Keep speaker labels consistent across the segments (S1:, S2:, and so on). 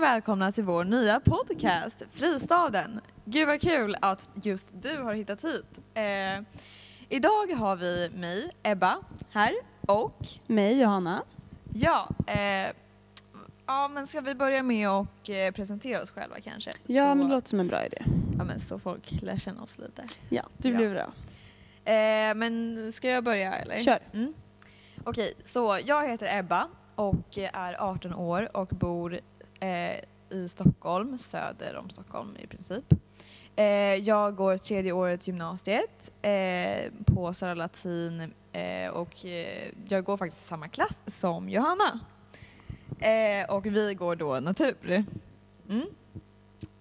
S1: välkomna till vår nya podcast Fristaden. Gud vad kul att just du har hittat hit. Eh, idag har vi mig, Ebba, här och
S2: Mig, Johanna.
S1: ja, eh, ja men ska vi börja med att eh, presentera oss själva kanske?
S2: Ja,
S1: så,
S2: men det låter som en bra idé.
S1: ja, men så folk lär känna oss lite.
S2: Ja, det
S1: blir
S2: blir bra.
S1: Eh, men ska jag börja eller?
S2: Kör.
S1: Mm. Okej, så jag heter Ebba och är 18 år och bor eh, i Stockholm, söder om Stockholm i princip. Eh, jag går tredje året gymnasiet eh, på Södra Latin eh, och eh, jag går faktiskt i samma klass som Johanna. Eh, och vi går då natur. Mm.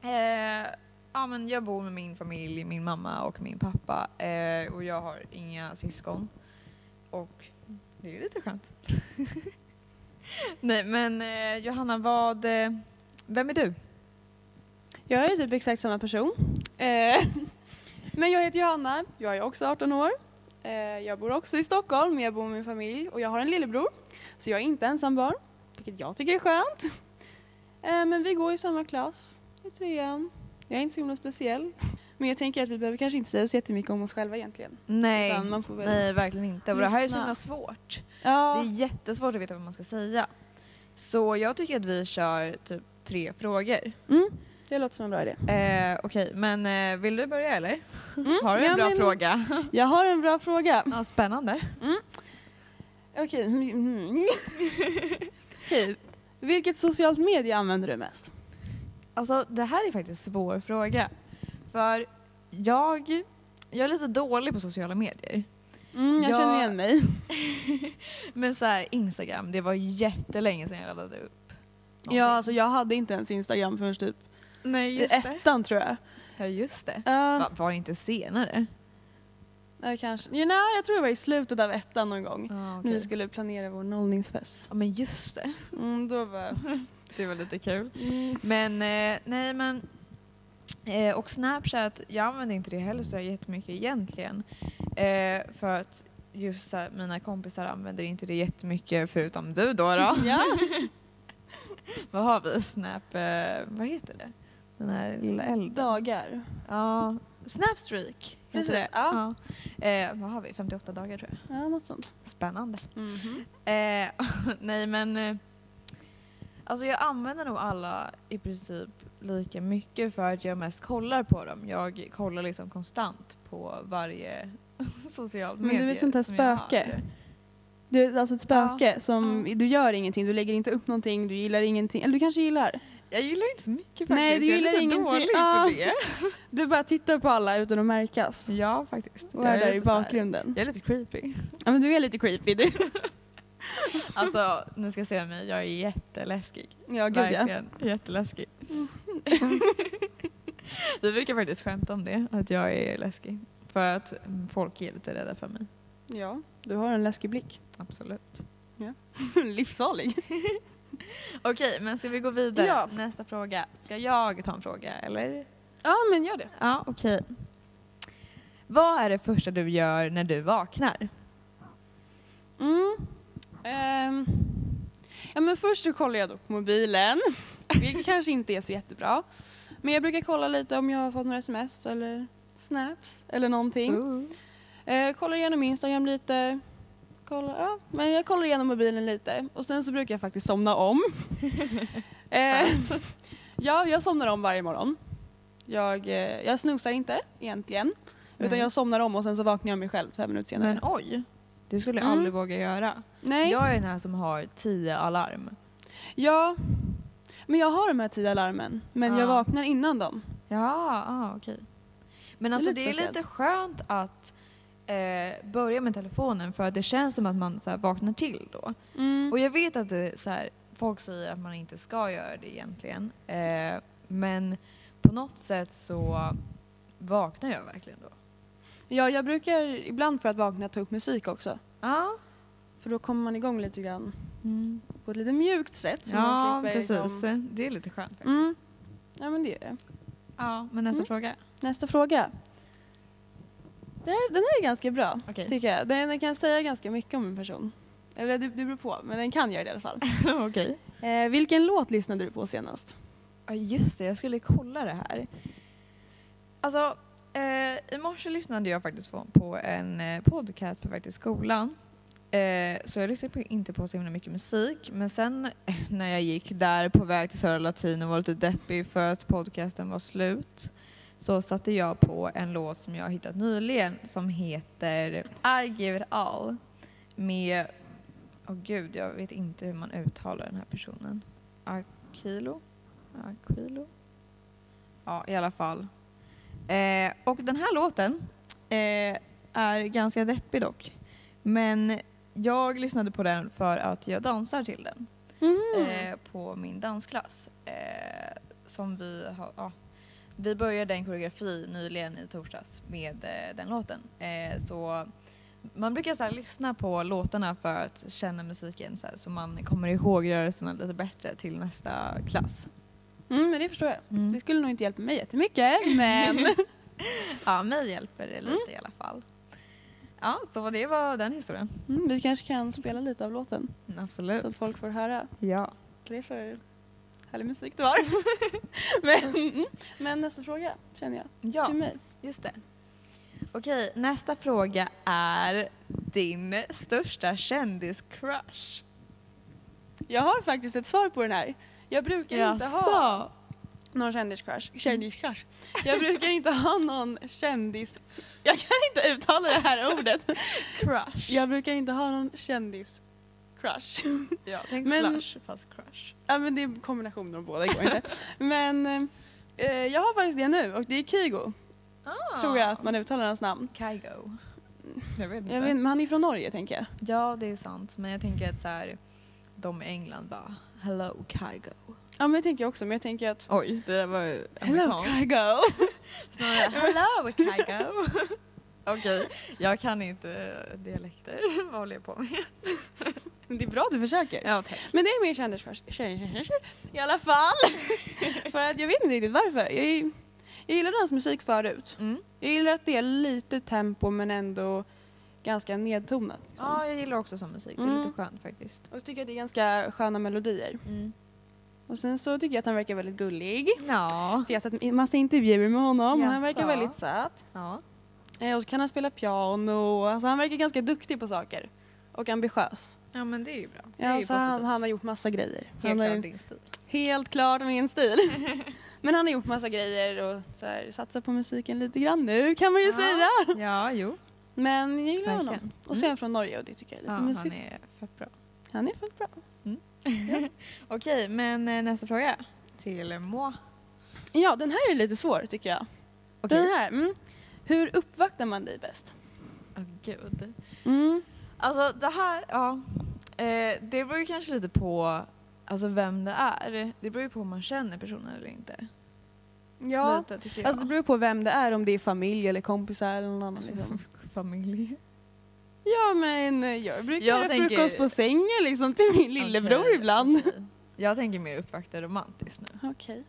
S1: Eh, ja, men jag bor med min familj, min mamma och min pappa eh, och jag har inga syskon. Och det är ju lite skönt. Nej men eh, Johanna, vad, eh, vem är du?
S2: Jag är typ exakt samma person. Eh, Men jag heter Johanna, jag är också 18 år. Eh, Jag bor också i Stockholm, men jag bor med min familj och jag har en lillebror. Så jag är inte ensam barn, vilket jag tycker är skönt. Eh, Men vi går i samma klass, i trean. Jag är inte så himla speciell. Men jag tänker att vi behöver kanske inte säga så jättemycket om oss själva egentligen.
S1: Nej,
S2: Utan man får väl...
S1: nej verkligen inte. Och det här är så
S2: Lyssna.
S1: himla svårt. Det är
S2: Ja.
S1: jättesvårt att veta vad man ska säga. Så jag tycker att vi kör typ tre frågor.
S2: Mm, det låter som en bra idé.
S1: Eh, Okej, men eh, vill du börja eller?
S2: Mm,
S1: Har du en
S2: ja,
S1: bra
S2: men-
S1: fråga?
S2: Jag har en bra fråga.
S1: Ja, spännande.
S2: Okej. mm. Okej. Vilket socialt medie använder du mest?
S1: Alltså det här är faktiskt en svår fråga. För jag, jag är lite dålig på sociala medier.
S2: Mm, jag
S1: Jag-
S2: känner igen mig.
S1: Men så här, Instagram, det var jättelänge sedan jag laddade upp. någonting.
S2: Ja, alltså, jag hade inte ens Instagram förrän typ
S1: Nej,
S2: i
S1: just det.
S2: ettan tror jag.
S1: Ja, just det.
S2: Uh,
S1: Va, var det inte senare?
S2: ja, kanske. Ja, nej, jag tror det var i slutet av ettan någon gång.
S1: Ah,
S2: När vi skulle planera vår nollningsfest.
S1: Ja, men just det.
S2: Mm, då var...
S1: Det var lite kul.
S2: Mm.
S1: Men eh, nej, men eh, och Snapchat, jag använder inte det heller så där jättemycket egentligen. Eh, för att just så här, mina kompisar använder inte det jättemycket förutom du då. då.
S2: Ja.
S1: vad har vi? Snap, eh, vad heter det? Den här lilla elden.
S2: Dagar.
S1: Ja, Snapstreak.
S2: Precis,
S1: heter det.
S2: ja.
S1: Ja. Eh, vad har vi? 58 dagar tror jag.
S2: Ja, något sånt.
S1: Spännande.
S2: Mhm.
S1: Eh, nej men, eh, alltså jag använder nog alla i princip lika mycket för att jag mest kollar på dem. Jag kollar liksom konstant på varje socialt
S2: Men
S1: medie.
S2: du är ett sånt här
S1: som jag
S2: spöke.
S1: har.
S2: Du är alltså ett spöke som,
S1: Ja.
S2: du gör ingenting, du lägger inte upp någonting, du gillar ingenting. Eller du kanske gillar?
S1: Jag gillar inte så mycket faktiskt.
S2: Nej, du
S1: jag är lite
S2: gillar ingenting.
S1: dålig
S2: Ah.
S1: på det.
S2: Du bara tittar på alla utan att märkas.
S1: Ja faktiskt.
S2: Och
S1: Jag
S2: är där i
S1: lite så här-
S2: bakgrunden.
S1: Jag är lite creepy.
S2: Ja men du är lite creepy du.
S1: Alltså, ni ska se mig, jag är jätteläskig.
S2: Ja gud ja.
S1: Verkligen, jätteläskig. Vi brukar faktiskt skämta om det, att jag är läskig. För att mm, folk är lite rädda för mig.
S2: Ja, du har en läskig blick.
S1: Absolut.
S2: Livsfarlig.
S1: Okej, men ska vi gå vidare?
S2: Ja.
S1: Nästa fråga. Ska jag ta en fråga eller?
S2: Ja men gör det.
S1: Ja, okej. Vad är det första du gör när du vaknar?
S2: Mm. Ehm. Ja men först så kollar jag då på mobilen, vilket kanske inte är så jättebra. Men jag brukar kolla lite om jag har fått några sms eller snaps eller någonting. Eh, kollar igenom Instagram lite. Kollar, ja. Men jag kollar igenom mobilen lite och sen så brukar jag faktiskt somna om. eh, ja, jag somnar om varje morgon. Jag, eh, jag snusar inte egentligen. Utan
S1: Nej.
S2: jag somnar om och sen så vaknar jag mig själv fem minuter senare.
S1: Men oj, det skulle jag
S2: Mm.
S1: aldrig våga göra.
S2: Nej,
S1: Jag är den här som har tio alarm.
S2: ja. Men jag har de här tio alarmen. Men
S1: Ja.
S2: jag vaknar innan dem.
S1: Ja, ah, okej. Men alltså
S2: lite
S1: det är lite
S2: speciellt.
S1: skönt att eh, börja med telefonen för att det känns som att man så här, vaknar till då.
S2: Mm.
S1: Och jag vet att det, så här, folk säger att man inte ska göra det egentligen. Eh, men på något sätt så vaknar jag verkligen då.
S2: Ja, jag brukar ibland för att vakna ta upp musik också.
S1: Ja,
S2: För då kommer man igång lite grann
S1: mm.
S2: på ett lite mjukt sätt. så
S1: ja
S2: man slipper
S1: precis.
S2: liksom-
S1: Det är lite skönt faktiskt.
S2: Mm. Ja men det är det.
S1: Ja, men nästa
S2: Mm.
S1: fråga.
S2: Nästa fråga. Den här, den här är ganska bra
S1: Okej.
S2: tycker jag. Den, den kan säga ganska mycket om en person. Eller det, det beror på, men den kan göra det i alla fall.
S1: Okej.
S2: Eh, vilken låt lyssnade du på senast?
S1: Ja just det, jag skulle kolla det här. Alltså, eh, i morse lyssnade jag faktiskt på, på en eh, podcast på väg till skolan. Eh, så jag lyssnade på, inte på så himla mycket musik, men sen eh, när jag gick där på väg till Södra Latin och var lite deppig för att podcasten var slut så satte jag på en låt som jag har hittat nyligen som heter I give it all med, åh gud, jag vet inte hur man uttalar den här personen. Akilo? Aquilo. Ja, i alla fall. Eh, och den här låten eh, är ganska deppig dock. Men jag lyssnade på den för att jag dansar till den
S2: Mm.
S1: eh, på min dansklass. Eh, som vi har, ja. Vi började en koreografi nyligen i torsdags med eh, den låten. Eh, så man brukar så här, lyssna på låtarna för att känna musiken så, här, så man kommer ihåg rörelserna lite bättre till nästa klass.
S2: Mm, men det förstår jag.
S1: Mm.
S2: Det skulle nog inte hjälpa mig jättemycket men
S1: Ja, mig hjälper det lite
S2: Mm.
S1: i alla fall. Ja, så det var den historien.
S2: mm, vi kanske kan spela lite av låten
S1: Mm, Absolut.
S2: så att folk får höra.
S1: Ja.
S2: Det är för härlig musik det var. men, mm. men nästa fråga känner jag
S1: ja,
S2: till mig.
S1: just det. Okej, nästa fråga är din största kändiscrush.
S2: Jag har faktiskt ett svar på den här. Jag brukar inte ha
S1: Jaså?
S2: någon kändiscrush. Kändiscrush. Jag brukar inte ha någon kändis... Jag kan inte uttala det här ordet.
S1: Crush.
S2: Jag brukar inte ha någon kändiscrush.
S1: Ja, tänk
S2: Men-
S1: slash fast crush.
S2: Ja men det är en kombination av båda, det går inte. Men eh, jag har faktiskt det nu och det är Kygo, tror jag att man uttalar hans namn.
S1: Ah, Kygo. Jag vet inte.
S2: Jag vet, men han är från Norge tänker jag.
S1: Ja, det är sant. Men jag tänker att så här, de i England bara “Hello Kygo”.
S2: Ja men jag tänker också, men jag tänker att
S1: Oj, det där var ju
S2: Hello Kygo!
S1: Snarare hello Kygo. Okej, jag kan inte dialekter. Vad håller jag på med?
S2: Det är bra att du försöker.
S1: Ja, tack.
S2: Men det är mer kändiscrush tjej- tjej- tjej- tjej, i alla fall. För att jag vet inte riktigt varför. Jag, jag gillade hans musik förut.
S1: Mm.
S2: Jag gillar att det är lite tempo men ändå ganska nedtonat. Liksom.
S1: Ja, jag gillar också sån musik. Det är
S2: Mm.
S1: lite skönt faktiskt.
S2: Och så tycker jag det är ganska sköna melodier.
S1: Mm.
S2: Och sen så tycker jag att han verkar väldigt gullig.
S1: Ja.
S2: För jag har sett en massa intervjuer med honom och han
S1: Jaså?
S2: verkar väldigt söt.
S1: ja.
S2: Eh, Och så kan han spela piano. Alltså han verkar ganska duktig på saker. Och ambitiös.
S1: Ja, men det är ju bra. Det är
S2: Ja,
S1: ju
S2: så han,
S1: positivt.
S2: han har gjort massa grejer.
S1: Helt
S2: han har-
S1: klart din stil.
S2: Helt klart min stil. Men han har gjort massa grejer och så här, satsar på musiken lite grann nu kan man ju
S1: Ja.
S2: säga.
S1: Ja, jo.
S2: Men jag gillar honom.
S1: Verkligen. Mm.
S2: Och så är han från Norge och det tycker jag är
S1: Ja,
S2: lite
S1: han
S2: mysigt.
S1: är fett bra.
S2: Han är fett bra.
S1: Okej, men eh, nästa fråga. Till Moa.
S2: Ja, den här är lite svår tycker jag.
S1: Okej.
S2: Den här. Mm. Hur uppvaktar man dig bäst?
S1: Åh gud.
S2: Mm.
S1: Alltså det här, ja. Eh, det beror ju kanske lite på alltså, vem det är. Det beror ju på om man känner personen eller inte.
S2: Ja,
S1: Lite, tycker jag.
S2: alltså det beror på vem det är, om det är familj eller kompisar eller någon annan. Liksom.
S1: familj.
S2: Ja, men eh, jag brukar
S1: Jag
S2: göra
S1: tänker-
S2: frukost på sängen liksom till min lillebror
S1: Okej,
S2: ibland.
S1: okej. Jag tänker mer uppvakta romantiskt nu.
S2: Okej.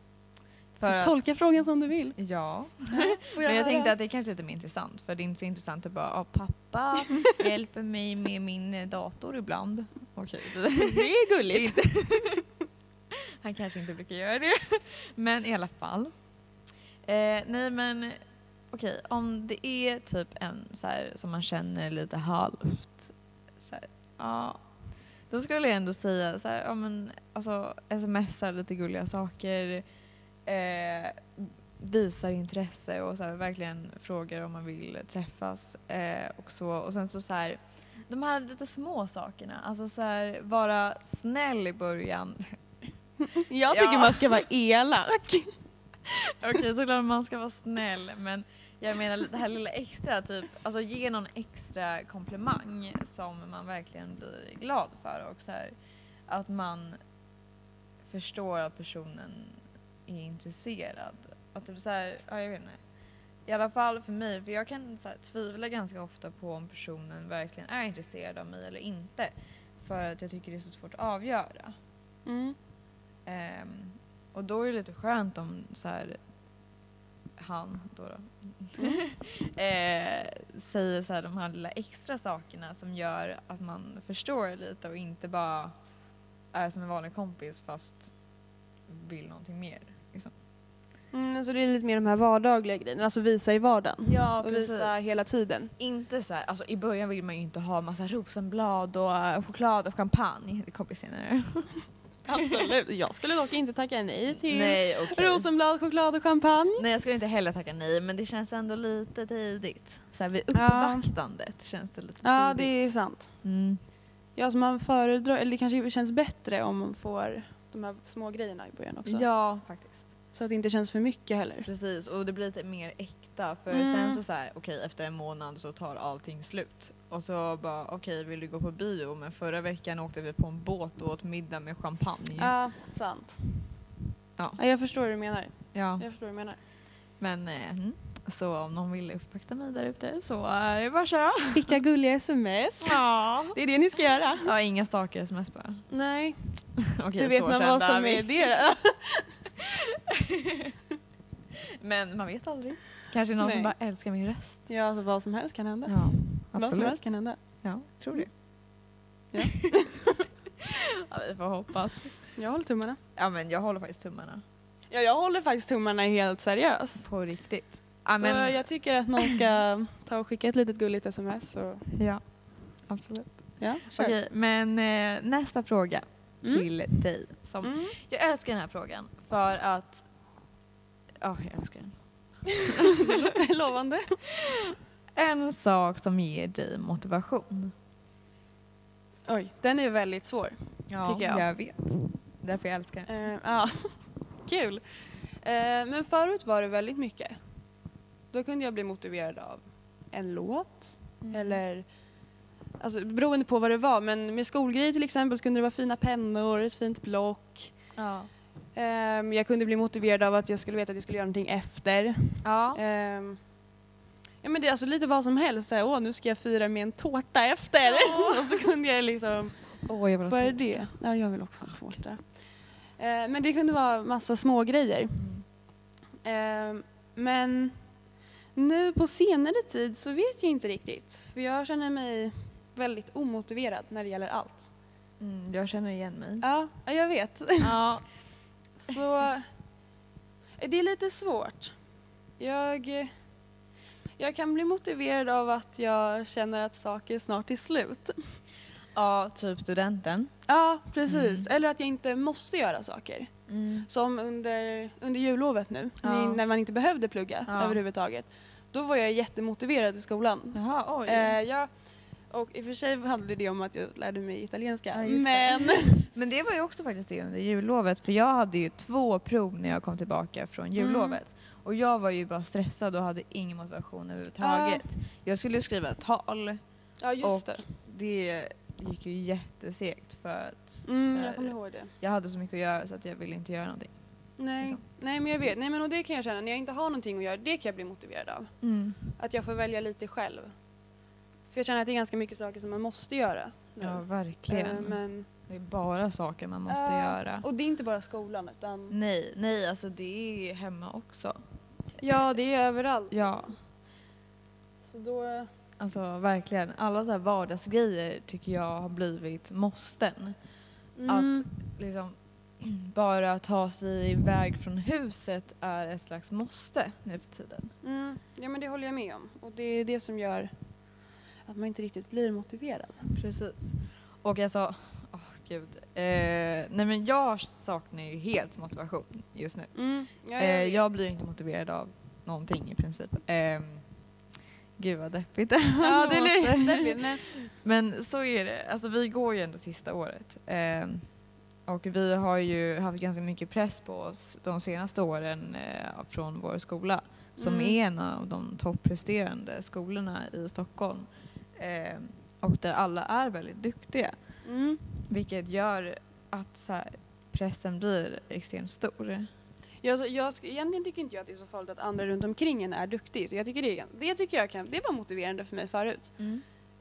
S1: För att-
S2: Tolka frågan som du vill.
S1: Ja,
S2: Får
S1: men jag
S2: höra?
S1: tänkte att det kanske är lite mer intressant för det är inte så intressant att bara, ah, pappa hjälper mig med min eh, dator ibland. Okej,
S2: det är gulligt.
S1: Inte- Han kanske inte brukar göra det. Men i alla fall. Eh, nej men okej, om det är typ en så här, som man känner lite halvt. Så här, ja, då skulle jag ändå säga så här, ja men alltså smsar lite gulliga saker. Eh, visar intresse och så här, verkligen frågar om man vill träffas. Eh, och, så. och sen så, så här, de här lite små sakerna, alltså så här, vara snäll i början.
S2: Jag tycker
S1: Ja.
S2: man ska vara elak.
S1: Okej, såklart man ska vara snäll men jag menar det här lilla extra, typ, alltså ge någon extra komplimang som man verkligen blir glad för och så här, att man förstår att personen är intresserad. Att det blir så här, ja, jag vet inte. I alla fall för mig, för jag kan så här, tvivla ganska ofta på om personen verkligen är intresserad av mig eller inte. För att jag tycker det är så svårt att avgöra.
S2: Mm.
S1: Ehm, och då är det lite skönt om så här, han då, då eh, säger så här, de här lilla extra sakerna som gör att man förstår lite och inte bara är som en vanlig kompis fast vill någonting mer. Liksom.
S2: Mm, alltså det är lite mer de här vardagliga grejerna, alltså visa i vardagen.
S1: Ja,
S2: och visa hela tiden.
S1: Inte så här, alltså i början vill man ju inte ha massa rosenblad och eh, choklad och champagne. Det kommer senare.
S2: Absolut. Jag skulle dock inte tacka nej till
S1: Nej,
S2: rosenblad, choklad och champagne.
S1: Nej jag skulle inte heller tacka nej men det känns ändå lite tidigt. Så här, vid uppvaktandet känns det lite
S2: Ja, det
S1: tidigt.
S2: är sant.
S1: Mm.
S2: Ja, så man föredrar, eller det kanske känns bättre om man får de här små grejerna i början också.
S1: Ja faktiskt.
S2: Så att det inte känns för mycket heller.
S1: Precis och det blir lite mer äkta för
S2: Mm.
S1: sen så, så här, okej efter en månad så tar allting slut. Och så bara okej vill du gå på bio men förra veckan åkte vi på en båt och åt middag med champagne.
S2: Ja, sant.
S1: Ja.
S2: jag förstår hur du menar.
S1: Ja.
S2: Jag förstår hur du menar.
S1: Men eh, mm. så om någon vill uppvakta mig där ute så eh, är det bara att köra.
S2: Skicka gulliga sms.
S1: Ja.
S2: Det är det ni ska göra.
S1: Ja, inga stalker sms bara.
S2: Nej,
S1: Okej,
S2: hur vet
S1: så
S2: man
S1: kända
S2: vad
S1: är
S2: som
S1: vi.
S2: är det
S1: Men man vet aldrig. Kanske någon som
S2: Nej.
S1: bara älskar min röst.
S2: Ja, alltså vad som helst kan hända.
S1: Ja,
S2: vad som helst kan hända.
S1: Ja, tror det.
S2: Ja.
S1: ja, vi får hoppas.
S2: Jag håller tummarna.
S1: Ja, men jag håller faktiskt tummarna.
S2: Ja, jag håller faktiskt tummarna helt seriöst.
S1: På riktigt. Ja,
S2: Så
S1: men,
S2: jag tycker att någon ska ta och skicka ett litet gulligt sms. Och...
S1: ja absolut.
S2: Ja, kör.
S1: Okej, men eh, nästa fråga
S2: Mm.
S1: till dig. Som,
S2: Mm.
S1: Jag älskar den här frågan för att... Ja, jag älskar den.
S2: Det låter lovande.
S1: En sak som ger dig motivation.
S2: Oj, den är väldigt svår.
S1: Ja,
S2: tycker jag.
S1: jag vet. Därför jag älskar den.
S2: Eh, ja, kul. Eh, men förut var det väldigt mycket. Då kunde jag bli motiverad av en låt
S1: Mm.
S2: eller alltså, beroende på vad det var. Men med skolgrejer till exempel så kunde det vara fina pennor, ett fint block.
S1: Ja.
S2: Ehm, jag kunde bli motiverad av att jag skulle veta att jag skulle göra någonting efter.
S1: Ja.
S2: Ehm, ja men det är alltså lite vad som helst. Så här, Åh, nu ska jag fira med en tårta efter. och så kunde jag liksom
S1: Åh, jag vill
S2: vad
S1: ha
S2: är
S1: två.
S2: det? Ja, jag vill också ha en tårta. Eh, men det kunde vara massa små grejer.
S1: Mm.
S2: Eh, men nu på senare tid så vet jag inte riktigt. För jag känner mig väldigt omotiverad när det gäller allt.
S1: Mm, jag känner igen mig.
S2: Ja, ja, jag vet.
S1: Ja.
S2: Så eh, det är lite svårt. Jag, eh, jag kan bli motiverad av att jag känner att saker snart är slut.
S1: ja, typ studenten.
S2: Ja, precis. Eller att jag inte måste göra saker. Som under, under jullovet nu,
S1: Ja.
S2: när- när man inte behövde plugga
S1: Ja.
S2: överhuvudtaget. Då var jag jättemotiverad i skolan.
S1: Jaha, oj.
S2: Eh, jag, och i och för sig handlade det om att jag lärde mig italienska.
S1: Ja, just det.
S2: men
S1: Men det var ju också faktiskt det under jullovet för jag hade ju två prov när jag kom tillbaka från
S2: Mm.
S1: jullovet. Och jag var ju bara stressad och hade ingen motivation överhuvudtaget. Jag skulle ju skriva ett tal.
S2: ja,
S1: Och
S2: just det.
S1: Det gick ju jättesegt för att så
S2: Mm,
S1: här,
S2: jag kommer ihåg det.
S1: jag hade så mycket att göra så att jag ville inte göra någonting.
S2: Nej.
S1: Liksom.
S2: Nej, men jag vet. Nej, men och det kan jag känna. När jag inte har någonting att göra, det kan jag bli motiverad av. Att jag får välja lite själv. För jag känner att det är ganska mycket saker som man måste göra. nu.
S1: Ja,
S2: Eh,
S1: verkligen.
S2: men,
S1: Det är bara saker man måste
S2: Ja,
S1: göra.
S2: Och det är inte bara skolan utan...
S1: Nej, nej alltså det är hemma också.
S2: Ja, det är överallt.
S1: Ja.
S2: Så då...
S1: Alltså verkligen, alla så här vardagsgrejer tycker jag har blivit måsten.
S2: Mm.
S1: Liksom, bara ta sig iväg från huset är ett slags måste nu för tiden.
S2: Mm, ja men det håller jag med om. Och det är det som gör att man inte riktigt blir motiverad.
S1: Precis. Och jag sa, åh gud. Eh, nej men jag saknar ju helt motivation just nu.
S2: Mm. Ja,
S1: Eh, jag blir ju inte motiverad av någonting i princip. Eh, gud vad deppigt det här
S2: ja, det
S1: låter.
S2: är deppigt, men
S1: Men så är det. Alltså, vi går ju ändå sista året. Ehm, och vi har ju haft ganska mycket press på oss de senaste åren eh, från vår skola som
S2: Mm.
S1: är en av de toppresterande skolorna i Stockholm. Ehm, och där alla är väldigt duktiga
S2: mm.
S1: vilket gör att så här, pressen blir extremt stor.
S2: jag, jag, sk- egentligen tycker inte jag att det är så farligt att andra runt omkring en är duktig. Så jag tycker det, det tycker jag kan, det var motiverande för mig förut.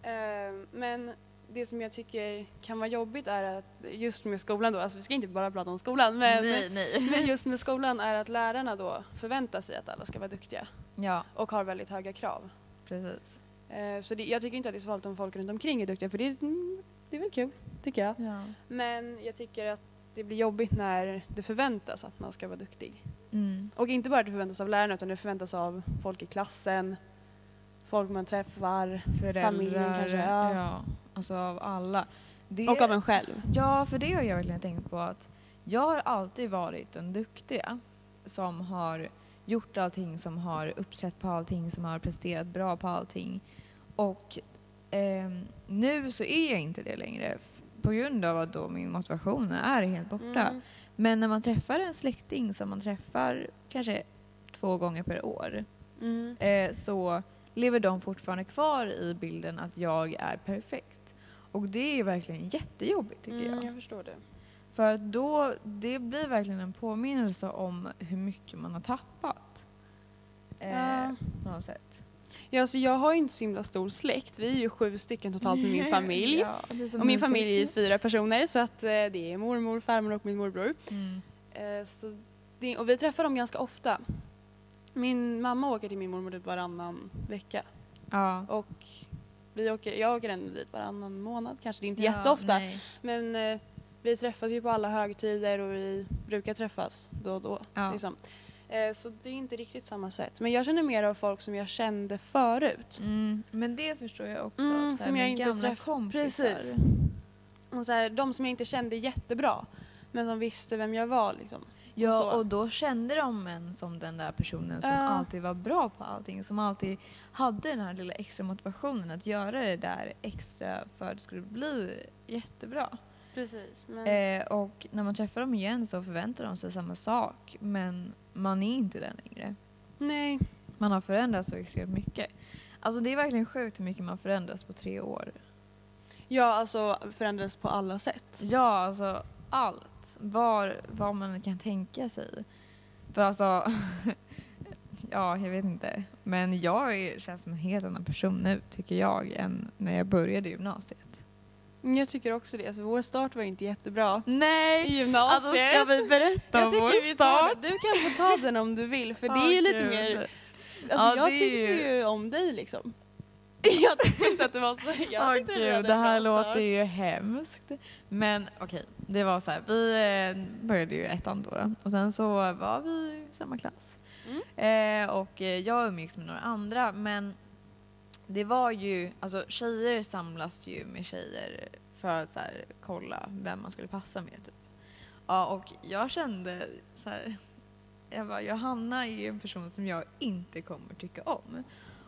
S2: Eh, men det som jag tycker kan vara jobbigt är att just med skolan då, alltså vi ska inte bara prata om skolan men,
S1: nej, nej.
S2: men just med skolan är att lärarna då förväntar sig att alla ska vara duktiga
S1: Ja,
S2: och har väldigt höga krav.
S1: precis.
S2: Eh, Så det, jag tycker inte att det är så farligt om folk runt omkring är duktiga för det, mm, det är väl kul, tycker jag.
S1: Ja.
S2: Men jag tycker att det blir jobbigt när det förväntas att man ska vara duktig.
S1: Mm.
S2: Och inte bara det förväntas av lärarna utan det förväntas av folk i klassen, folk man träffar
S1: Föräldrar.
S2: Familjen kanske, ja.
S1: Alltså av alla. Det,
S2: och av en själv.
S1: Ja, för det har jag verkligen tänkt på att jag har alltid varit den duktiga som har gjort allting, som har uppträtt på allting, som har presterat bra på allting. Och ehm, nu så är jag inte det längre f- på grund av att då min motivation är helt borta.
S2: Mm.
S1: Men när man träffar en släkting som man träffar kanske två gånger per år
S2: Mm.
S1: eh, så lever de fortfarande kvar i bilden att jag är perfekt. Och det är verkligen jättejobbigt tycker
S2: Mm,
S1: jag.
S2: Jag förstår det.
S1: För att då, det blir verkligen en påminnelse om hur mycket man har tappat. Eh,
S2: Ja.
S1: På något sätt.
S2: Ja, alltså jag har ju inte så himla stor släkt. Vi är ju sju stycken totalt med min familj.
S1: Ja, det är som
S2: Och min
S1: en
S2: familj är
S1: cirkel.
S2: fyra personer så att eh, det är mormor, farmor och min morbror.
S1: Mm.
S2: Eh, så det, och vi träffar dem ganska ofta. Min mamma åker till min mormor typ varannan vecka.
S1: Ja.
S2: Och vi åker, jag åker ändå dit varannan månad kanske. Det är inte
S1: Ja,
S2: jätteofta.
S1: nej.
S2: Men eh, vi träffas ju på alla högtider och vi brukar träffas då och då.
S1: Ja.
S2: Liksom. Eh, så det är inte riktigt samma sätt. Men jag känner mer av folk som jag kände förut.
S1: Mm. Men det förstår jag också.
S2: Mm,
S1: att så här,
S2: som jag
S1: med
S2: inte
S1: gamla
S2: träff-
S1: kompisar.
S2: Precis. Och så här, de som jag inte kände jättebra men som visste vem jag var. Liksom.
S1: Ja,
S2: Och så.
S1: och då kände de en som den där personen som
S2: Ja.
S1: alltid var bra på allting. Som alltid hade den här lilla extra motivationen att göra det där extra för att det skulle bli jättebra.
S2: Precis. Men,
S1: Eh, och när man träffar dem igen så förväntar de sig samma sak men man är inte den längre.
S2: nej.
S1: Man har förändrats så extremt mycket. Alltså det är verkligen sjukt hur mycket man förändras på tre år.
S2: Jag alltså förändrades på alla sätt.
S1: Ja, alltså allt. Var, vad man kan tänka sig. För alltså, ja jag vet inte. Men jag är, känns som en helt annan person nu tycker jag än när jag började gymnasiet.
S2: Jag tycker också det. Alltså, vår start var ju inte jättebra.
S1: Nej!
S2: I gymnasiet.
S1: Alltså ska vi berätta
S2: jag
S1: om
S2: tycker
S1: vår
S2: vi tar
S1: start?
S2: den. Du kan få ta den om du vill för det är ju
S1: Åh,
S2: lite
S1: gud.
S2: mer
S1: Ja,
S2: Alltså, jag
S1: det är
S2: tyckte
S1: ju-
S2: ju om dig liksom. Jag tyckte inte att det var så. Jag
S1: Åh
S2: tyckte vi
S1: gud,
S2: hade en
S1: det här
S2: bra start.
S1: låter ju hemskt. Men okej, det var så här. Vi eh, började ju i ettan då, då och sen så var vi i samma klass.
S2: Mm.
S1: Eh, och eh, jag umgicks med några andra men det var ju, alltså tjejer samlas ju med tjejer för att så här, kolla vem man skulle passa med typ. Ja och jag kände så här, jag bara, Johanna är en person som jag inte kommer tycka om.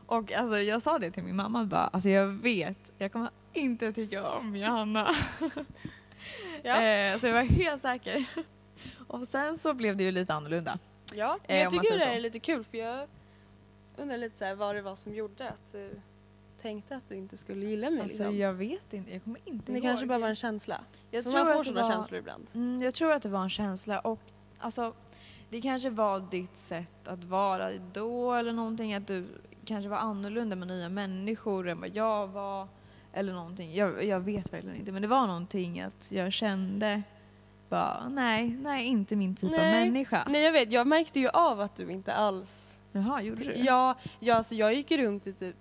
S1: Och alltså, jag sa det till min mamma, bara, alltså, jag vet, jag kommer inte tycka om Johanna.
S2: Ja.
S1: Eh, så jag var helt säker. Och sen så blev det ju lite annorlunda.
S2: Ja, men
S1: eh,
S2: jag
S1: om man
S2: tycker det
S1: säger
S2: här är
S1: så.
S2: lite kul för jag undrar lite så här vad det var som gjorde att du tänkte att du inte skulle gilla mig.
S1: Alltså,
S2: liksom.
S1: jag vet inte, jag kommer inte
S2: det
S1: ihåg.
S2: kanske bara var en känsla.
S1: jag
S2: för man får
S1: att det
S2: sådana
S1: var-
S2: känslor ibland.
S1: Mm, jag tror att det var en känsla och alltså, det kanske var ditt sätt att vara då eller någonting. Att du kanske var annorlunda med nya människor än vad jag var. Eller någonting. Jag, jag vet verkligen inte men det var någonting att jag kände bara nej, nej inte min typ av
S2: Nej.
S1: människa.
S2: Nej jag vet, jag märkte ju av att du inte alls...
S1: Jaha, gjorde du?
S2: Ja, ja alltså, jag gick ju runt i typ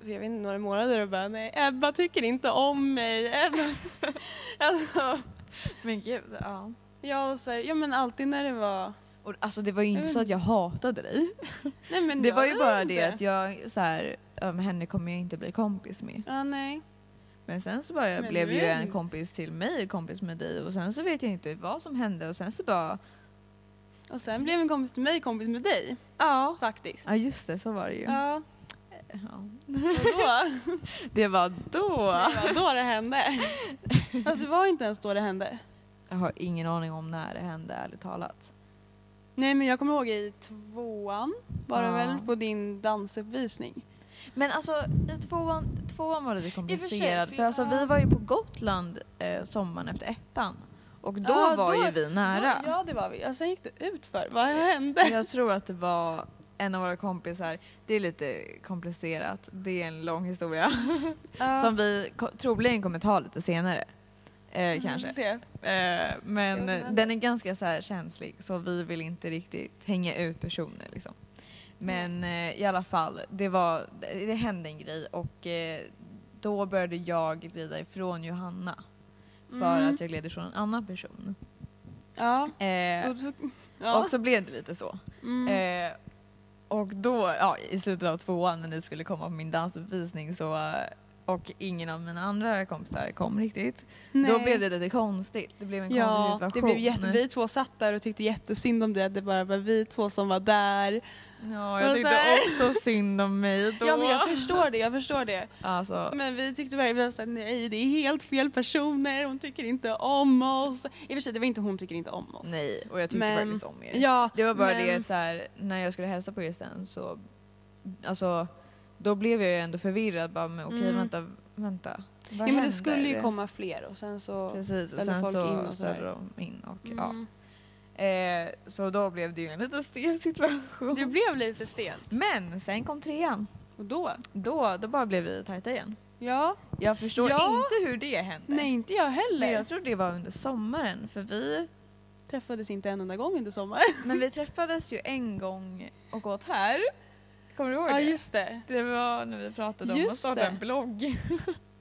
S2: jag vet inte, några månader och bara nej Ebba tycker inte om mig. Ebba. alltså,
S1: Men gud, ja.
S2: ja, och så här, ja men alltid när det var
S1: Och, alltså det var ju inte så att jag hatade dig.
S2: Nej, Mm. men
S1: Det
S2: jag
S1: var ju
S2: vet
S1: bara
S2: inte.
S1: det att jag så här, "Ja, men henne kommer jag inte bli kompis med.
S2: Ja, nej.
S1: Men sen så bara
S2: Men
S1: blev
S2: nu
S1: ju
S2: är-
S1: en kompis till mig kompis med dig och sen så vet jag inte vad som hände och sen så bara...
S2: Och sen blev en kompis till mig kompis med dig,
S1: Ja.
S2: faktiskt.
S1: Ja just det, så var det ju.
S2: Ja, och
S1: Ja.
S2: då,
S1: Det var då!
S2: det var då det hände. Fast det var inte ens då det hände.
S1: Jag har ingen aning om när det hände ärligt talat.
S2: Nej, men jag kommer ihåg i tvåan var det
S1: Ja.
S2: väl, på din dansuppvisning.
S1: Men alltså i tvåan, tvåan var det lite
S2: sig,
S1: komplicerad
S2: för-
S1: för alltså vi
S2: ja.
S1: var ju på Gotland eh, sommaren efter ettan och då
S2: Ja,
S1: var
S2: då-
S1: ju vi nära.
S2: Då, ja, det var vi. Ja, sen gick det ut för. Vad hände?
S1: Jag tror att det var en av våra kompisar, det är lite komplicerat, det är en lång historia. Som vi ko- troligen kommer ta lite senare. Eh, kanske.
S2: Mm, Vi får se.
S1: Eh, men
S2: händer.
S1: den är ganska så här känslig så vi vill inte riktigt hänga ut personer liksom. Men eh, i alla fall, det, var, det, det hände en grej och eh, då började jag glida ifrån Johanna. För
S2: Mm.
S1: att jag gled ifrån en annan person.
S2: Ja.
S1: Eh,
S2: Och så- Ja.
S1: Och så blev det lite så.
S2: Mm.
S1: Eh, och då, ja, i slutet av tvåan när ni skulle komma på min dansuppvisning så, eh, och ingen av mina andra kompisar kom riktigt. Då
S2: Nej.
S1: blev det lite konstigt. Det blev en
S2: Ja,
S1: konstig
S2: det
S1: situation.
S2: blev jätte, vi två satt där och tyckte jättesynd om det att det bara var vi två som var där.
S1: Ja,
S2: Och
S1: jag
S2: så
S1: tyckte
S2: här-
S1: också synd om mig då.
S2: Ja men jag förstår det, jag förstår det.
S1: Alltså,
S2: Men vi tyckte verkligen att nej det är helt fel personer, hon tycker inte om oss. I och för sig det var inte hon tycker inte om oss.
S1: nej, och jag tyckte
S2: Men-
S1: faktiskt om er.
S2: Ja,
S1: Det var bara
S2: men-
S1: det att så här, när jag skulle hälsa på er sen så, alltså, då blev jag ju ändå förvirrad bara, men okej
S2: Mm.
S1: vänta, vänta. Vad
S2: Ja men
S1: händer?
S2: det skulle ju komma fler och sen så...
S1: Precis, och
S2: ställer
S1: sen
S2: folk in
S1: så
S2: och så
S1: ställde
S2: här.
S1: de in och ja.
S2: Mm.
S1: Eh, så då blev det ju en liten stel situation.
S2: Det blev lite stelt.
S1: Men sen kom trean.
S2: Och då?
S1: Då, då bara blev vi tajta igen.
S2: Ja.
S1: Jag förstår
S2: Ja.
S1: inte hur det hände.
S2: Nej inte jag heller.
S1: Men jag tror det var under sommaren för vi,
S2: träffades inte en enda gång under sommaren.
S1: men vi träffades ju en gång och åt här. Kommer du ihåg det?
S2: det.
S1: Det var när vi pratade om att
S2: Just
S1: starta
S2: det.
S1: en blogg.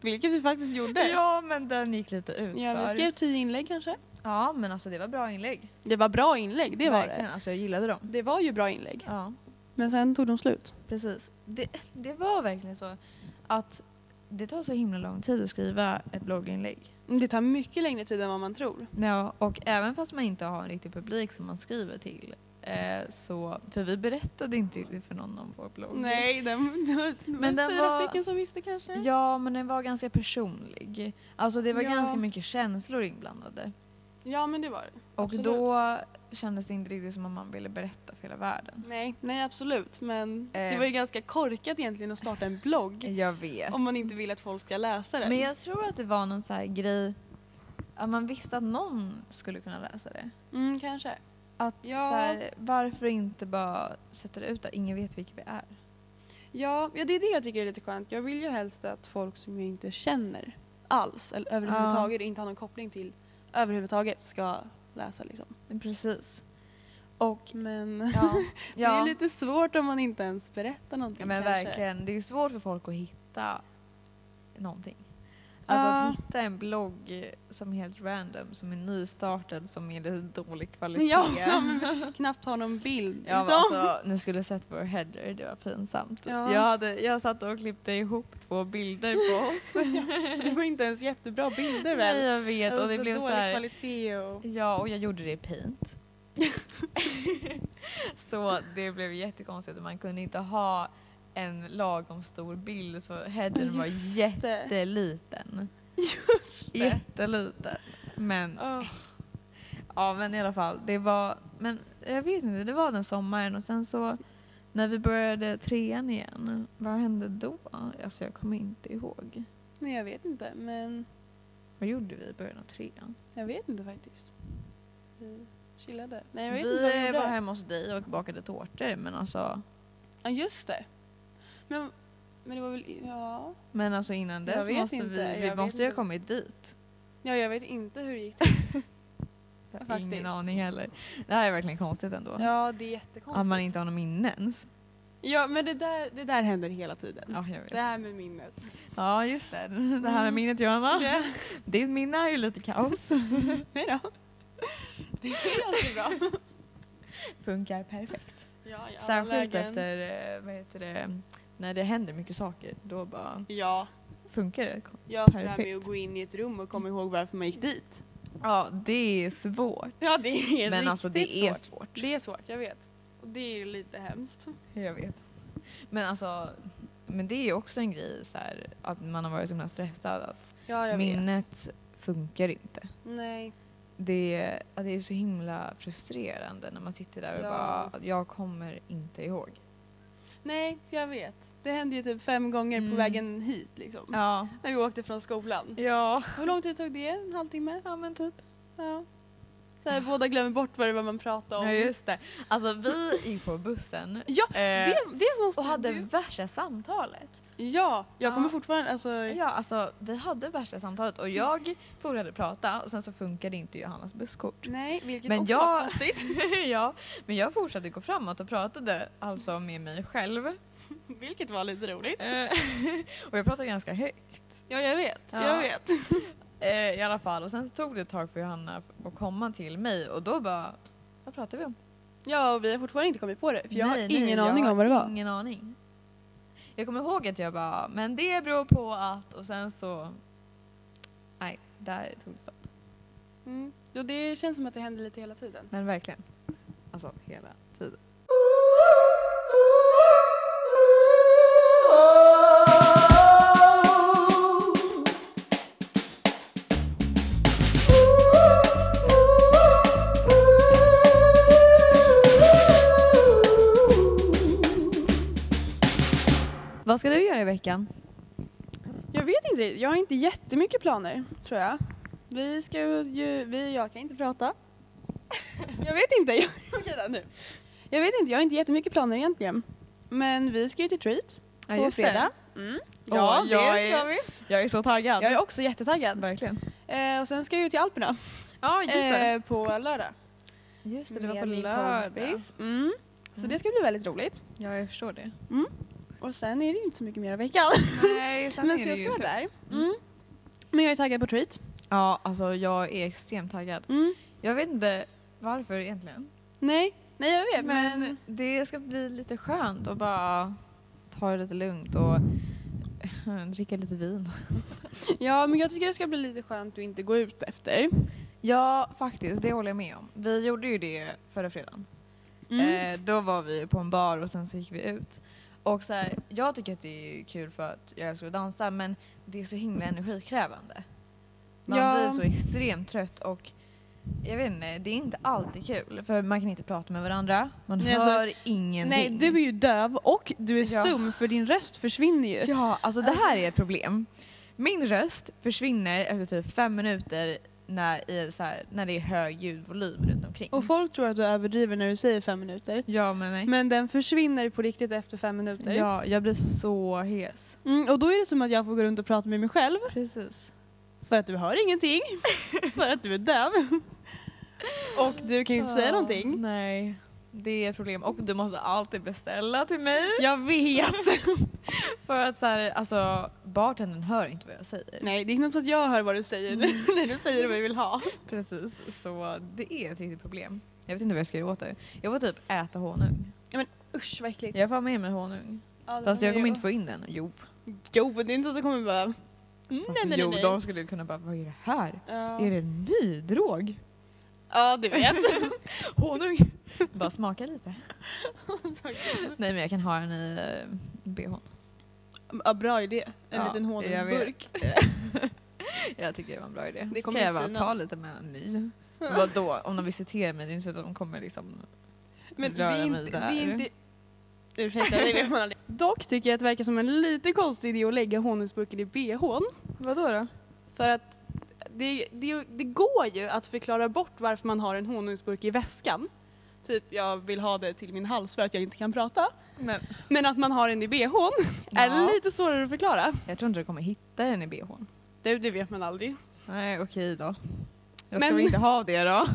S2: Vilket vi faktiskt gjorde.
S1: Ja men den gick lite utför.
S2: Ja, vi skrev tio inlägg kanske.
S1: ja men alltså det var bra inlägg.
S2: Det var bra inlägg, det var
S1: Verkligen,
S2: det.
S1: Alltså jag gillade dem.
S2: Det var ju bra inlägg.
S1: Ja.
S2: Men sen tog de slut.
S1: Precis. Det, det var verkligen så att det tar så himla lång tid att skriva ett blogginlägg.
S2: Det tar mycket längre tid än vad man tror.
S1: Ja, och även fast man inte har en riktig publik som man skriver till eh, så, för vi berättade inte riktigt för någon om vår blogg.
S2: Nej, den,
S1: Men
S2: men
S1: den
S2: fyra
S1: var-
S2: stycken som visste kanske.
S1: Ja, men den var ganska personlig. Alltså det var
S2: Ja.
S1: ganska mycket känslor inblandade.
S2: Ja, men det var det.
S1: Och
S2: Absolut.
S1: då kändes det inte riktigt som om man ville berätta för hela världen.
S2: Nej, nej absolut. Men
S1: Eh.
S2: det var ju ganska korkat egentligen att starta en blogg
S1: Jag vet.
S2: om man inte vill att folk ska läsa den.
S1: Men jag tror att det var någon så här grej att man visste att någon skulle kunna läsa det.
S2: Mm, kanske.
S1: Att
S2: Ja.
S1: så här, varför inte bara sätta det ut där? Ingen vet vilka vi är.
S2: Ja, ja, det är det jag tycker är lite skönt. Jag vill ju helst att folk som jag inte känner alls eller överhuvudtaget inte har någon koppling till överhuvudtaget ska läsa liksom.
S1: Men precis. Och
S2: Men
S1: ja,
S2: det
S1: ja.
S2: är lite svårt om man inte ens berättar någonting
S1: ja men
S2: kanske.
S1: verkligen. Det är svårt för folk att hitta någonting. Alltså att hitta en blogg som är helt random, som är nystartad, som är lite dålig kvalitet.
S2: Ja, men knappt har någon bild.
S1: Ja, men
S2: liksom.
S1: alltså, ni skulle sett vår header, det var pinsamt.
S2: Ja.
S1: Jag, hade, jag satt och klippte ihop två bilder på oss.
S2: Det var inte ens jättebra bilder väl?
S1: Nej, jag vet och det
S2: Alltså,
S1: blev så
S2: dålig
S1: här.
S2: kvalitet och...
S1: Ja, och jag gjorde det i paint. så det blev jättekonstigt och man kunde inte ha en lagom stor bild så headern var
S2: Just det.
S1: jätteliten.
S2: Just det. Ah.
S1: Jätteliten. Men
S2: Åh.
S1: ja, men i alla fall, det var, men jag vet inte, det var den sommaren och sen så när vi började trean igen, vad hände då? Alltså jag kommer inte ihåg.
S2: Nej, jag vet inte, men
S1: Vad gjorde vi i början av trean?
S2: jag vet inte faktiskt. Vi chillade. Nej, jag vet inte vad vi
S1: Vi
S2: gjorde.
S1: var hemma hos dig och bakade tårtor men alltså
S2: Ja, just det. Men, men det var väl... Ja.
S1: Men alltså innan
S2: Jag
S1: dess
S2: vet
S1: måste
S2: inte,
S1: vi, vi
S2: jag vet
S1: måste ju ha
S2: inte.
S1: kommit dit.
S2: ja, jag vet inte hur det gick till.
S1: Jag har
S2: Faktiskt.
S1: Ingen aning heller. Det här är verkligen konstigt ändå.
S2: Ja, det är
S1: Att
S2: jättekonstigt.
S1: man inte har några minnens.
S2: Ja, men det där, det där händer hela tiden.
S1: Ja, jag vet.
S2: Det här med minnet.
S1: Ja, just det. Det här med
S2: Mm.
S1: minnet Johanna.
S2: Det,
S1: Ditt minne är ju lite kaos.
S2: nej då. Det är ganska bra.
S1: Funkar perfekt.
S2: Ja, i alla
S1: Särskilt
S2: lägen.
S1: efter, eh, vad heter det, när det händer mycket saker. Då bara
S2: Ja,
S1: funkar det.
S2: jag sådär med att
S1: Perfekt.
S2: gå in i ett rum och komma ihåg varför man gick dit.
S1: Ja, det är svårt.
S2: Ja, det är
S1: Men alltså det är
S2: svårt.
S1: svårt.
S2: Det är svårt, jag vet. Och det är ju lite hemskt.
S1: Jag vet. Men alltså, men det är ju också en grej så här, att man har varit så himla stressad att
S2: Ja, jag vet.
S1: Minnet funkar inte.
S2: Nej.
S1: Det, ja, det är så himla frustrerande när man sitter där och
S2: Ja.
S1: bara, jag kommer inte ihåg.
S2: Nej, jag vet. Det hände ju typ fem gånger
S1: Mm.
S2: på vägen hit liksom.
S1: Ja.
S2: När vi åkte från skolan.
S1: Ja.
S2: Hur lång tid tog det? En halvtimme?
S1: Ja men typ.
S2: Ja. Så här, båda glömmer bort vad det var man pratade om.
S1: Ja just det. Alltså vi gick på bussen
S2: Ja,
S1: eh,
S2: det, det måste
S1: och hade
S2: du...
S1: värsta samtalet.
S2: Ja, jag kommer
S1: Ja.
S2: fortfarande... Alltså,
S1: Ja alltså vi hade värsta samtalet och jag fortsatte prata och sen så funkade inte Johannas busskort.
S2: Nej, vilket
S1: Men
S2: också
S1: jag-
S2: var konstigt.
S1: ja, men jag fortsatte gå framåt och pratade alltså med mig själv.
S2: vilket var lite roligt.
S1: Eh, och jag pratade ganska högt.
S2: Ja, jag vet.
S1: Ja.
S2: Jag vet.
S1: Eh, I alla fall, och sen så tog det ett tag för Johanna att komma till mig och då bara, vad pratar vi om?
S2: Ja, och vi har fortfarande inte kommit på det. För jag
S1: Nej,
S2: har
S1: nej,
S2: ingen
S1: jag
S2: aning
S1: har
S2: om vad det var.
S1: Ingen aning. Jag kommer ihåg att jag bara, men det beror på att och sen så... Nej, där tog det stopp.
S2: Mm. Jo, det känns som att det händer lite hela tiden.
S1: Men verkligen. Alltså hela tiden. Vad ska du göra i veckan?
S2: Jag vet inte riktigt. Jag har inte jättemycket planer, tror jag. Vi ska ju... Vi, jag kan inte prata. Jag vet inte. Jag, okej då, nu. jag vet inte. Jag har inte jättemycket planer egentligen. Men vi ska ju till Treat på fredag. Mm.
S1: Åh,
S2: Ja, det
S1: jag är-
S2: ska vi.
S1: Jag är så taggad.
S2: Jag är också jättetaggad.
S1: Verkligen.
S2: Eh, och sen ska jag ju till Alperna
S1: Ja, just det.
S2: eh, på lördag.
S1: Just det, det var
S2: Med
S1: på
S2: min
S1: lördag.
S2: kompis. Mm. Så det ska bli väldigt roligt.
S1: Ja, jag förstår det.
S2: Och sen är det ju inte så mycket mer av veckan.
S1: Nej,
S2: Men så jag ska vara där. Mm. Men jag är taggad på Treat. Mm.
S1: Ja, alltså jag är extremt taggad. Jag vet inte varför egentligen.
S2: Nej, nej jag vet men...
S1: Men det ska bli lite skönt och bara ta det lite lugnt och eh, dricka lite vin.
S2: Ja men jag tycker det ska bli lite skönt att inte gå ut efter.
S1: Ja, faktiskt. Det håller jag med om. Vi gjorde ju det förra fredagen. Eh, då var vi på en bar och sen så gick vi ut. Och så här, jag tycker att det är kul för att jag älskar att dansa men det är så himla energikrävande. Man
S2: Ja.
S1: blir så extremt trött och jag vet inte, det är inte alltid kul för man kan inte prata med varandra, man
S2: Nej, alltså,
S1: hör ingenting.
S2: nej du är ju döv och du är
S1: Ja.
S2: stum för din röst försvinner ju.
S1: Ja, alltså det här är ett problem. Min röst försvinner efter typ fem minuter när, i så här, när det är hög ljudvolym runt omkring.
S2: Och folk tror att du överdriver när du säger fem minuter.
S1: ja men nej.
S2: Men den försvinner på riktigt efter fem minuter.
S1: Ja, jag blir så hes.
S2: Mm, och då är det som att jag får gå runt och prata med mig själv.
S1: Precis.
S2: För att du hör ingenting. för att du är döv. och du kan ju inte säga någonting.
S1: Nej, det är ett problem. Och du måste alltid beställa till mig.
S2: Jag vet.
S1: För att så här, alltså bartendern hör inte vad jag säger.
S2: nej det är knappt att jag hör vad du säger när du säger vad du vill ha.
S1: Precis, så det är ett riktigt problem. Jag vet inte vad jag ska göra åt det. Jag får typ äta honung.
S2: Usch vad äckligt. Alltså,
S1: Jag får ha med mig honung.
S2: Ja, det
S1: Fast
S2: var
S1: jag kommer
S2: ju-
S1: inte få in den. Jo.
S2: Jo, det är inte så att jag kommer bara... Mm,
S1: Alltså,
S2: nej, nej,
S1: jo,
S2: nej.
S1: de skulle kunna bara, vad är det här?
S2: Ja.
S1: Är det en ny drog?
S2: Ja, du vet.
S1: Honung. Bara smaka lite. Nej men jag kan ha den i eh, bhn.
S2: ja, bra idé. En
S1: Ja,
S2: liten
S1: jag
S2: honungsburk.
S1: Jag tycker det var en bra idé.
S2: Det
S1: Det kommer
S2: kommer
S1: kan jag
S2: inte
S1: bara
S2: synas.
S1: ta lite med en ny. Vadå, om de visiterar mig, det är inte så att de kommer liksom...
S2: Men det
S1: Röra
S2: är
S1: mig
S2: inte... Det är
S1: där.
S2: inte... Ursäkta, det vet man aldrig. Dock tycker jag att det verkar som en lite konstig idé att lägga honungsburken i bhn.
S1: Vadå då?
S2: För att det, det, det går ju att förklara bort varför man har en honungsburk i väskan. Typ, jag vill ha det till min hals för att jag inte kan prata.
S1: Men,
S2: Men att man har den i bhn
S1: Ja.
S2: är lite svårare att förklara.
S1: jag tror inte du kommer hitta den i bhn.
S2: Det, det vet man aldrig.
S1: Nej okej då. Jag
S2: Men-
S1: ska väl inte ha det då?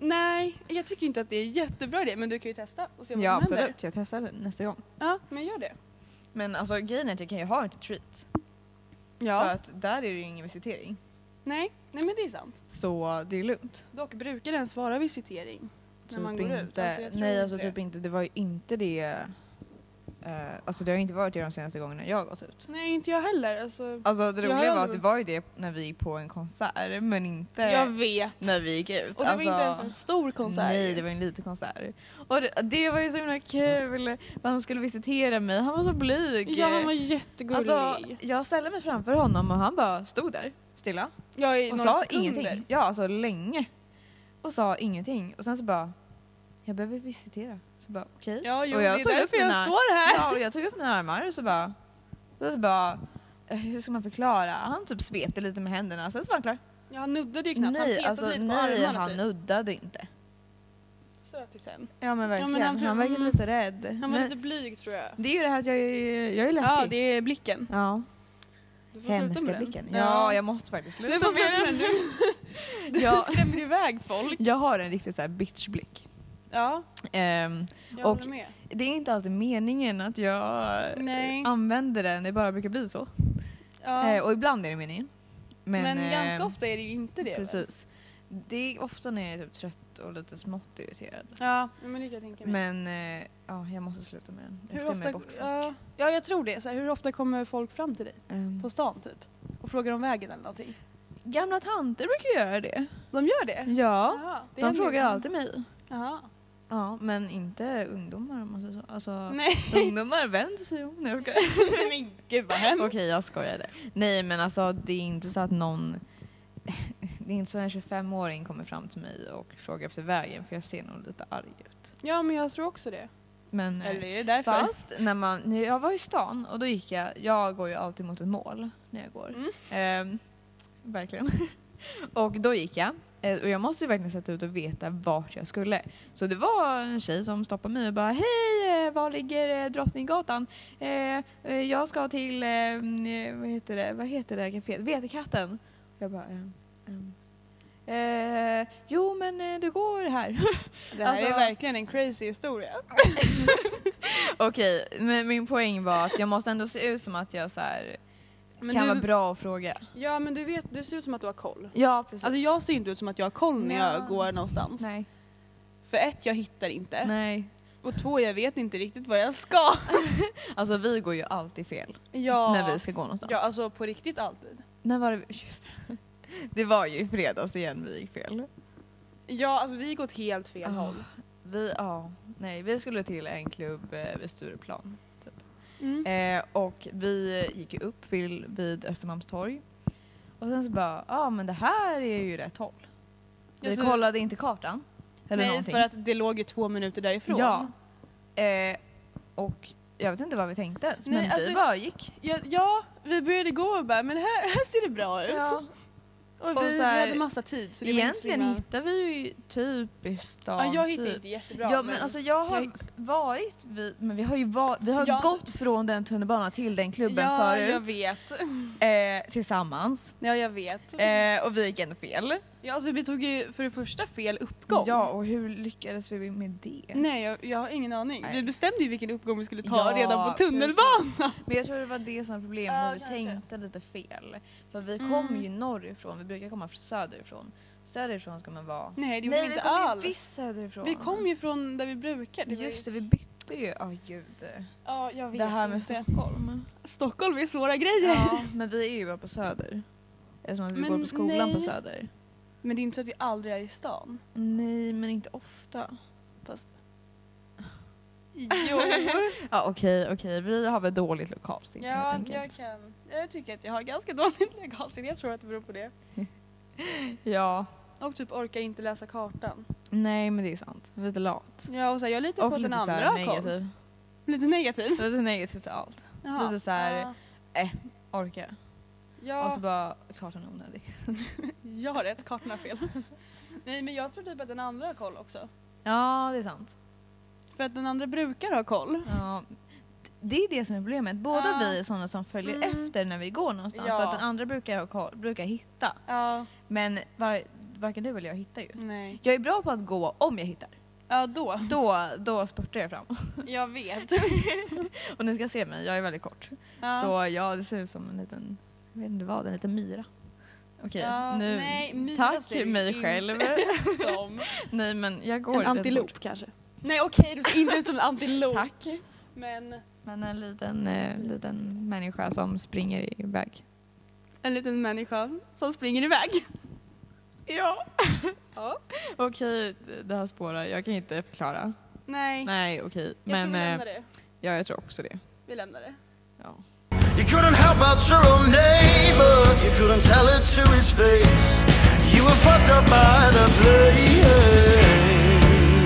S2: Nej, jag tycker inte att det är jättebra idé, men du kan ju testa och se vad
S1: Ja
S2: som händer.
S1: absolut, jag testar det nästa gång.
S2: Ja, men gör det.
S1: Men alltså grejen är att jag kan ju ha den till treat. För
S2: Ja.
S1: att där är det ju ingen visitering.
S2: Nej, nej men det är sant.
S1: Så det är lugnt.
S2: Dock brukar den svara visitering när man går ut. Alltså, jag tror
S1: typ nej
S2: inte
S1: alltså
S2: det.
S1: typ inte, det var ju inte det... eh, alltså det har ju inte varit det de senaste gångerna jag har gått ut.
S2: Nej, inte jag heller. Alltså,
S1: Alltså det
S2: Jag har
S1: roliga var att
S2: aldrig-
S1: det var ju det när vi gick på en konsert men inte
S2: jag vet.
S1: när vi gick ut.
S2: Och det var inte ens en stor konsert.
S1: Alltså, Nej det var en liten konsert. Och det, det var ju så himla kul. Han skulle visitera mig, han var så blyg.
S2: Ja, han var jättegullig.
S1: alltså, jag ställde mig framför honom och han bara stod där stilla
S2: jag är
S1: och sa ingenting. Ja alltså länge. Och sa ingenting och sen så bara jag behöver visitera. Så bara okej.
S2: Ja, jo,
S1: och jag
S2: det
S1: tog
S2: är
S1: upp
S2: därför jag
S1: mina-
S2: står här.
S1: Ja, och jag tog upp mina armar och så bara... Och så bara eh, hur ska man förklara? Han typ svepte lite med händerna, sen så var han klar.
S2: Ja, han nuddade ju knappt. han
S1: nej,
S2: petade
S1: alltså,
S2: lite på
S1: nej
S2: armarna
S1: han
S2: typ.
S1: nuddade inte.
S2: Sötisen.
S1: Ja men verkligen,
S2: men han-
S1: han, verkade
S2: mm.
S1: lite rädd.
S2: Han var
S1: men
S2: lite blyg tror jag.
S1: Det är ju det här att jag är, jag är läskig.
S2: Ja, det är blicken.
S1: Ja,
S2: Du får sluta med
S1: hemska
S2: den.
S1: blicken. Ja, jag måste faktiskt sluta
S2: Du får sluta med
S1: med
S2: den
S1: den.
S2: nu. Du
S1: Ja.
S2: skrämmer iväg folk.
S1: Jag har en riktig så här bitchblick.
S2: Ja,
S1: Ehm,
S2: jag
S1: Och-
S2: håller med.
S1: det är inte alltid meningen att jag eh,
S2: Nej.
S1: använder den, det bara brukar bli så.
S2: Ja.
S1: Eh, och ibland är det meningen.
S2: men
S1: eh,
S2: ganska ofta är det ju inte det. väl?
S1: Precis. Det är ofta när jag är typ trött och lite smått irriterad.
S2: Ja, men det kan jag tänka mig.
S1: Men eh, ja, jag måste sluta med den. Jag
S2: hur
S1: skrämmer
S2: ofta,
S1: bort folk.
S2: ja, ja, jag tror det. Så här, hur ofta kommer folk fram till dig?
S1: Ehm,
S2: På stan typ? Och frågar om vägen eller någonting?
S1: Gamla tanter brukar göra det.
S2: De gör det?
S1: Mm. Ja,
S2: Jaha, det
S1: de
S2: händer
S1: frågar
S2: ibland.
S1: alltid mig.
S2: Jaha.
S1: Ja, men inte ungdomar om man säger så. Alltså,
S2: Nej
S1: ungdomar vänder sig om. Nej, jag skojar.
S2: men gud vad hemskt.
S1: Okej, jag skojade. Nej, men alltså det är inte så att någon... Det är inte så att en 25-åring kommer fram till mig och frågar efter vägen för jag ser nog lite arg ut.
S2: Ja men jag tror också det.
S1: Men, eh,
S2: Eller är det därför?
S1: Fast när man, när jag var i stan och då gick jag, jag går ju alltid mot ett mål när jag går.
S2: Mm.
S1: Ehm, verkligen. och då gick jag. eh, Och jag måste ju verkligen sätta ut och veta vart jag skulle. Så det var en tjej som stoppade mig och bara Hej, eh, var ligger eh, Drottninggatan? Eh, eh, jag ska till, eh, mm, vad heter det, vad heter det caféet? Vetekatten. Jag bara, ehm, ehm. Eh, jo men eh, du går här.
S2: Det här är
S1: Alltså-
S2: verkligen en crazy historia.
S1: Okej, men min poäng var att jag måste ändå se ut som att jag så här,
S2: Men
S1: kan
S2: du,
S1: vara bra att fråga.
S2: Ja men du vet, du ser ut som att du har koll.
S1: Ja, precis.
S2: Alltså jag ser inte ut som att jag har koll när jag
S1: Nej.
S2: går någonstans.
S1: Nej.
S2: För ett, jag hittar inte.
S1: Nej.
S2: Och två, jag vet inte riktigt vad jag ska.
S1: Alltså vi går ju alltid fel
S2: Ja,
S1: när vi ska gå någonstans.
S2: ja alltså på riktigt alltid.
S1: När var det? Just det. det var ju i fredags igen vi gick fel.
S2: Ja alltså vi går åt helt fel
S1: Ah.
S2: håll.
S1: Vi, ja, nej, vi skulle till en klubb eh, vid Stureplan.
S2: Mm.
S1: Eh, och vi gick ju upp vid, vid Östermalmstorg. Och sen så bara, ja men det här är ju rätt håll. Vi
S2: Alltså-
S1: kollade inte kartan. Eller
S2: Nej
S1: någonting.
S2: för att det låg ju två minuter därifrån.
S1: Ja. Eh, och jag vet inte vad vi tänkte ens,
S2: Nej,
S1: men
S2: alltså-
S1: vi bara gick.
S2: Ja, ja, vi började gå och bara men här, här ser det bra ut.
S1: Ja.
S2: Och vi,
S1: Och så
S2: vi
S1: här-
S2: hade massa tid så det var inte så
S1: Egentligen
S2: himla...
S1: hittar vi ju typ i stan.
S2: Ja, jag hittade
S1: typ.
S2: inte jättebra.
S1: ja, men, alltså jag har
S2: jag-
S1: varit vid, men vi har ju, var, vi har ju
S2: Ja. alltså-
S1: gått från den tunnelbanan till den klubben
S2: ja, jag
S1: förut.
S2: vet. Mm.
S1: Eh, tillsammans.
S2: Ja, jag vet.
S1: Eh, och vi gick ändå fel.
S2: Ja, alltså, vi tog ju för det första fel uppgång.
S1: Ja, och hur lyckades vi med det?
S2: Nej, jag, jag har ingen aning.
S1: Nej.
S2: Vi bestämde ju vilken uppgång vi skulle ta
S1: Ja,
S2: redan på tunnelbanan.
S1: Men jag tror det var det som var problemet,
S2: Ja,
S1: när vi
S2: kanske.
S1: tänkte lite fel. För vi kom
S2: Mm.
S1: ju norrifrån, vi brukar komma söderifrån. Söderifrån ska man vara
S2: Nej, det gjorde vi
S1: vi
S2: inte
S1: kom
S2: alls.
S1: ju visst söderifrån.
S2: Vi kom ju från där vi brukar. var ju-
S1: Just det, vi bytte ju. Ja, gud.
S2: Ja, jag vet
S1: Det här med
S2: inte.
S1: Stockholm.
S2: Stockholm är svåra grejer.
S1: Ja, men vi är ju bara på Söder. Eftersom att vi
S2: Men
S1: går på skolan på
S2: nej.
S1: Söder.
S2: Men det är inte så att vi aldrig är i stan.
S1: Nej, men inte ofta.
S2: Fast... Jo.
S1: Ja, okej, okej. Vi har väl dåligt lokalsinne helt
S2: ja, jag
S1: enkelt.
S2: kan. Jag tycker att jag har ganska dåligt legalsinne. Jag tror att det beror på det.
S1: Ja.
S2: Och typ orkar inte läsa kartan.
S1: Nej, men det är sant. Lite lat.
S2: Ja, och så här, jag litar på
S1: Och
S2: att den
S1: lite så
S2: andra
S1: här
S2: har koll.
S1: negativ.
S2: Lite negativ.
S1: Lite negativ till allt.
S2: Jaha.
S1: Lite så här-
S2: Ja.
S1: Orka.
S2: Ja,
S1: Och så bara, kartan är onödig.
S2: jag har rätt, kartan har fel. Nej men jag tror typ att den andra har koll också.
S1: Ja, det är sant.
S2: För att den andra brukar ha koll.
S1: Ja, det är det som är problemet. Båda
S2: Ja.
S1: vi är sådana som följer
S2: Mm.
S1: efter när vi går någonstans.
S2: Ja.
S1: För att den andra brukar, ha koll, brukar hitta.
S2: Ja,
S1: Men var, varken du eller jag hittar ju.
S2: nej.
S1: Jag är bra på att gå om jag hittar.
S2: Ja då,
S1: Då, då spurtar jag fram.
S2: jag vet.
S1: Och ni ska se mig, jag är väldigt kort.
S2: Ja.
S1: Så ja, det ser ut som en liten, jag vet inte vad, en liten myra. Okej,
S2: Ja,
S1: nu,
S2: nej, myra
S1: tack
S2: ser du
S1: mig
S2: inte
S1: själv.
S2: Som
S1: nej men jag går
S2: en
S1: lite
S2: antilop
S1: fort.
S2: kanske. Nej okej, du ser inte ut som en antilop.
S1: Tack.
S2: Men
S1: Men en liten, eh, liten människa som springer iväg.
S2: en liten människa som springer iväg.
S1: Ja.
S2: Ja.
S1: Okej, det här spårar. Jag kan inte förklara.
S2: Nej,
S1: Nej, okej.
S2: jag tror
S1: Men
S2: vi
S1: eh,
S2: lämnar det.
S1: ja, jag tror också det.
S2: Vi lämnar det.
S1: Ja.
S3: You couldn't help but your own neighbor. You couldn't tell it to his face. You were fucked up by the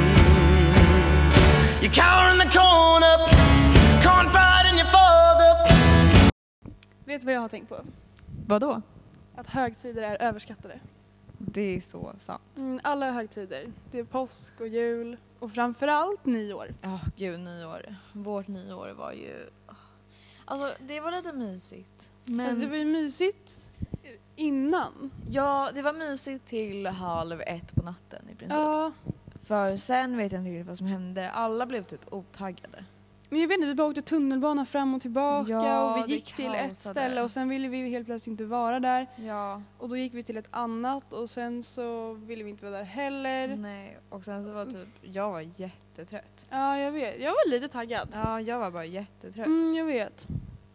S3: blame. You cower in the corner, confide in your father.
S2: Vet du vad jag har tänkt på?
S1: Vadå?
S2: Att högtider är överskattade.
S1: Det är så sant.
S2: Mm, alla högtider. Det är påsk och jul och framförallt nyår.
S1: Ja, gud, nyår. Vårt nyår var ju... Alltså, det var lite mysigt. Men...
S2: Alltså det var ju mysigt innan.
S1: Ja, det var mysigt till halv ett på natten i princip.
S2: Ja,
S1: För sen vet jag inte riktigt vad som hände. Alla blev typ otaggade.
S2: Men jag vet inte, vi bara åkte tunnelbana fram och tillbaka
S1: Ja,
S2: och
S1: det
S2: vi gick till ett
S1: kaosade.
S2: ställe och sen ville vi ju helt plötsligt inte vara där.
S1: Ja,
S2: Och då gick vi till ett annat och sen så ville vi inte vara där heller.
S1: nej. Och sen så var typ, jag var jättetrött.
S2: Ja, jag vet. Jag var lite taggad.
S1: Ja, jag var bara jättetrött.
S2: Mm, jag vet.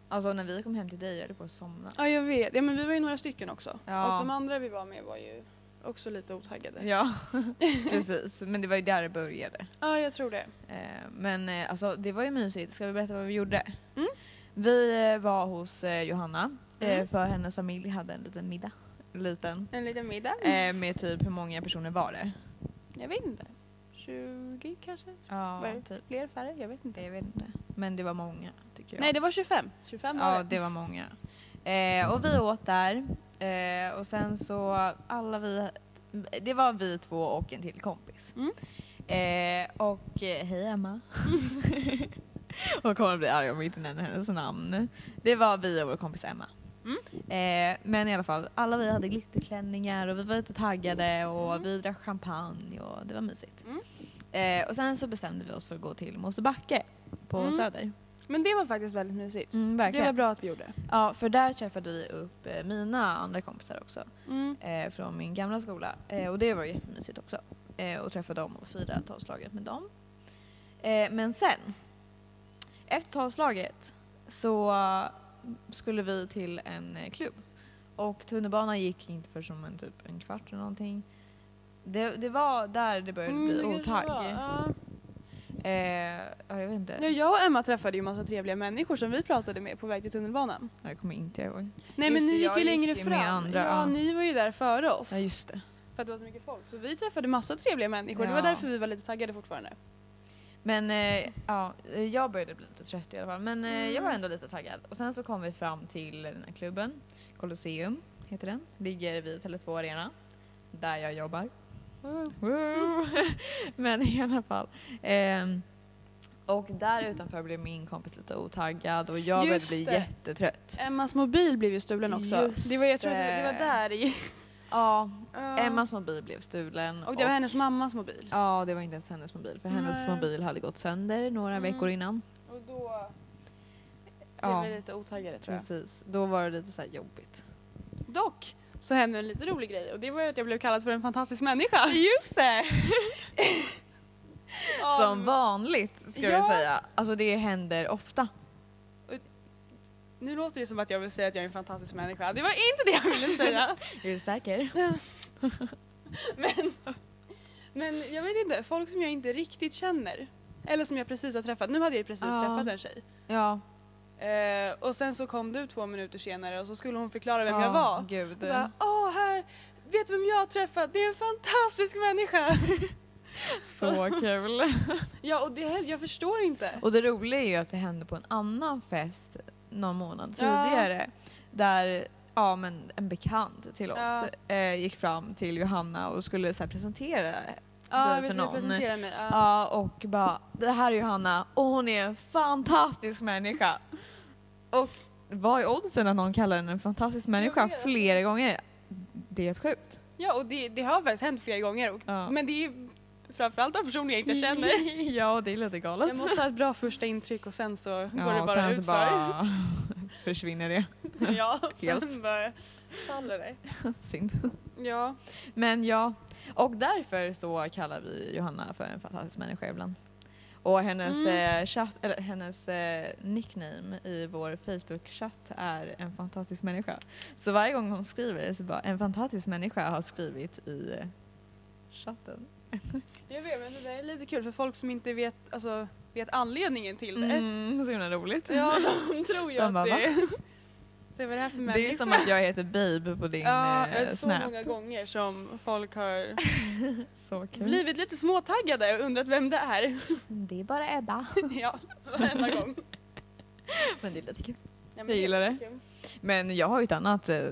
S1: Alltså när vi kom hem till dig jag höll på att somna.
S2: Ja, jag vet. Ja, men vi var ju några stycken också.
S1: Ja.
S2: Och de andra vi var med var ju också lite otaggade. Ja,
S1: Ja, precis. Men det var ju där det började.
S2: jag tror det.
S1: Eh, Men eh, alltså det var ju mysigt. Ska vi berätta vad vi gjorde?
S2: Mm.
S1: Vi eh, var hos eh, Johanna eh,
S2: Mm.
S1: för hennes familj hade en liten middag. Liten.
S2: En liten middag.
S1: Eh, Med typ hur många personer var det?
S2: Jag vet inte. 20 kanske?
S1: Ja,
S2: Var det
S1: typ.
S2: Fler, färre? Jag vet inte.
S1: Jag vet inte. Men det var många tycker jag.
S2: Nej, det var 25. 25 var
S1: Ja, det var många. Eh, och vi åt där eh, och sen så alla vi, det var vi två och en till kompis.
S2: Mm.
S1: Eh, och eh, hej Emma. Hon kommer bli arg om vi inte nämner hennes namn. Det var vi och vår kompis Emma.
S2: Mm.
S1: Eh, men i alla fall, alla vi hade glitterklänningar och vi var lite taggade och
S2: Mm.
S1: vi drack champagne och det var mysigt. Eh, och sen så bestämde vi oss för att gå till Mosebacke på
S2: Mm.
S1: Söder.
S2: Men det var faktiskt väldigt mysigt.
S1: Mm,
S2: det var bra att vi gjorde.
S1: Ja, för där träffade vi upp eh, mina andra kompisar också
S2: Mm.
S1: eh, från min gamla skola eh, och det var jättemysigt också. Eh, och träffa dem och fira tolvslaget med dem. Eh, men sen, efter tolvslaget så skulle vi till en eh, klubb och tunnelbanan gick inte för som en typ en kvart eller någonting. Det, det var där Mm, det började bli
S2: Mm, det kanske
S1: otagg.
S2: var. Ja.
S1: Eh, ja, jag vet inte.
S2: Ja, jag och Emma träffade ju massa trevliga människor som vi pratade med på väg till tunnelbanan.
S1: Jag kommer inte ihåg.
S2: Nej
S1: Just
S2: men
S1: det,
S2: ni gick
S1: jag
S2: ju
S1: gick
S2: längre
S1: ju
S2: fram.
S1: med andra,
S2: ja,
S1: ja.
S2: ni var ju där före oss.
S1: Ja, just det.
S2: För att det var så mycket folk. Så vi träffade massa trevliga människor. Det
S1: Ja.
S2: var därför vi var lite taggade fortfarande.
S1: Men eh, ja, eh, jag började bli lite trött i alla fall. Men eh, jag var
S2: Mm.
S1: ändå lite taggad. Och sen så kom vi fram till den här klubben. Colosseum heter den. Ligger vid Tele2 Arena. Där jag jobbar. Woo! Men i alla fall. ehm, och där utanför blev min kompis lite otaggad och jag började
S2: Just
S1: bli
S2: det.
S1: jättetrött.
S2: Emmas mobil blev ju stulen också.
S1: Just
S2: det var, jag tror att det var, det
S1: det.
S2: var där i.
S1: Ja,
S2: Ja.
S1: Emmas mobil blev stulen.
S2: Och det var hennes mammas mobil.
S1: Ja, det var inte ens hennes mobil för hennes
S2: Nej.
S1: mobil hade gått sönder några
S2: Mm.
S1: veckor innan.
S2: Och då
S1: Ja,
S2: blev vi lite otaggade tror jag.
S1: precis. Då var det lite så här jobbigt.
S2: Dock så hände en lite rolig grej och det var ju att jag blev kallad för en fantastisk människa.
S1: Just det!
S2: Av-
S1: Som vanligt ska
S2: Ja.
S1: jag säga. Alltså det händer ofta.
S2: Nu låter det som att jag vill säga att jag är en fantastisk människa. Det var inte det jag ville säga.
S1: Är du säker?
S2: Men, men jag vet inte, folk som jag inte riktigt känner. Eller som jag precis har träffat. Nu hade jag ju precis
S1: Ja.
S2: träffat en tjej.
S1: Ja.
S2: Eh, och sen så kom du två minuter senare och så skulle hon förklara vem
S1: Ja,
S2: jag var.
S1: Gud.
S2: Och bara, Åh, här, vet du vem jag har träffat? Det är en fantastisk människa!
S1: Så kul.
S2: ja, och det, hände- jag förstår inte.
S1: Och det roliga är ju att det hände på en annan fest någon månad
S2: Ja.
S1: tidigare. Där ja, men en bekant till oss
S2: Ja.
S1: eh, gick fram till Johanna och skulle så här, presentera
S2: Ja,
S1: det
S2: jag vet
S1: för
S2: inte hur jag
S1: någon.
S2: presenterar mig. Ja.
S1: Ja, och bara det här är Johanna och hon är en fantastisk människa. Och vad är oddsen att någon kallar henne en fantastisk människa
S2: vet.
S1: flera gånger? Det är helt sjukt.
S2: Ja, och det, det har faktiskt hänt flera gånger. Och,
S1: Ja.
S2: Men det är ju framförallt av personer jag inte känner.
S1: ja, det är lite galet.
S2: Jag måste ha ett bra första intryck och sen så går
S1: Ja,
S2: det
S1: och
S2: bara
S1: sen så
S2: utför.
S1: bara försvinner det.
S2: ja,
S1: Helt.
S2: sen bara faller det.
S1: Synd.
S2: Ja,
S1: Men ja, och därför så kallar vi Johanna för en fantastisk människa ibland. Och hennes,
S2: Mm.
S1: eh, chatt, eller, hennes eh, nickname i vår Facebook-chatt är en fantastisk människa. Så varje gång hon skriver så bara en fantastisk människa har skrivit i eh, chatten.
S2: jag vet men det där är lite kul för folk som inte vet, alltså, vet anledningen till det.
S1: Mm, så himla roligt.
S2: Ja, de tror ju
S1: De
S2: att
S1: bara,
S2: det är... Så vad är det här för människa?
S1: Det är som att jag heter Babe på din
S2: Ja,
S1: eh,
S2: så
S1: Snap.
S2: många gånger som folk har
S1: Så kul.
S2: blivit lite småtaggade och undrat vem det är.
S1: Det är bara Ebba.
S2: ja, varenda gång.
S1: Men det är lite kul.
S2: Ja, men
S1: Jag gillar
S2: är
S1: det.
S2: kul.
S1: Men jag har ju ett annat eh,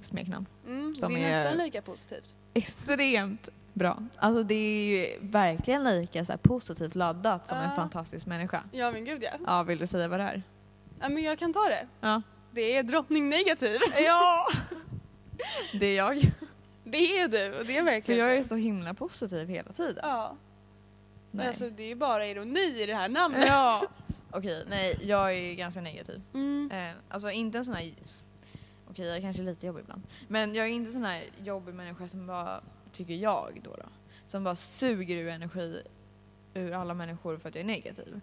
S1: smeknamn.
S2: Mm,
S1: Som
S2: det är,
S1: är-
S2: nästan lika positivt.
S1: extremt bra. Alltså det är ju verkligen lika så här positivt laddat som en
S2: Ja.
S1: fantastisk människa.
S2: Ja men gud ja.
S1: Ja, vill du säga vad det är?
S2: ja men jag kan ta det.
S1: Ja.
S2: Det är drottning negativ.
S1: Ja! Det är jag.
S2: Det är du och det är
S1: För
S2: verkligen
S1: jag
S2: du.
S1: är så himla positiv hela tiden.
S2: Ja, men
S1: Nej.
S2: alltså det är ju bara ironi i det här namnet.
S1: Ja, Okej, nej jag är ganska negativ.
S2: Mm.
S1: Eh, alltså inte en sån här... Okej, jag är kanske lite jobbig ibland. Men jag är inte en sån här jobbig människa som bara, tycker jag då, då som bara suger ur energi ur alla människor för att jag är negativ.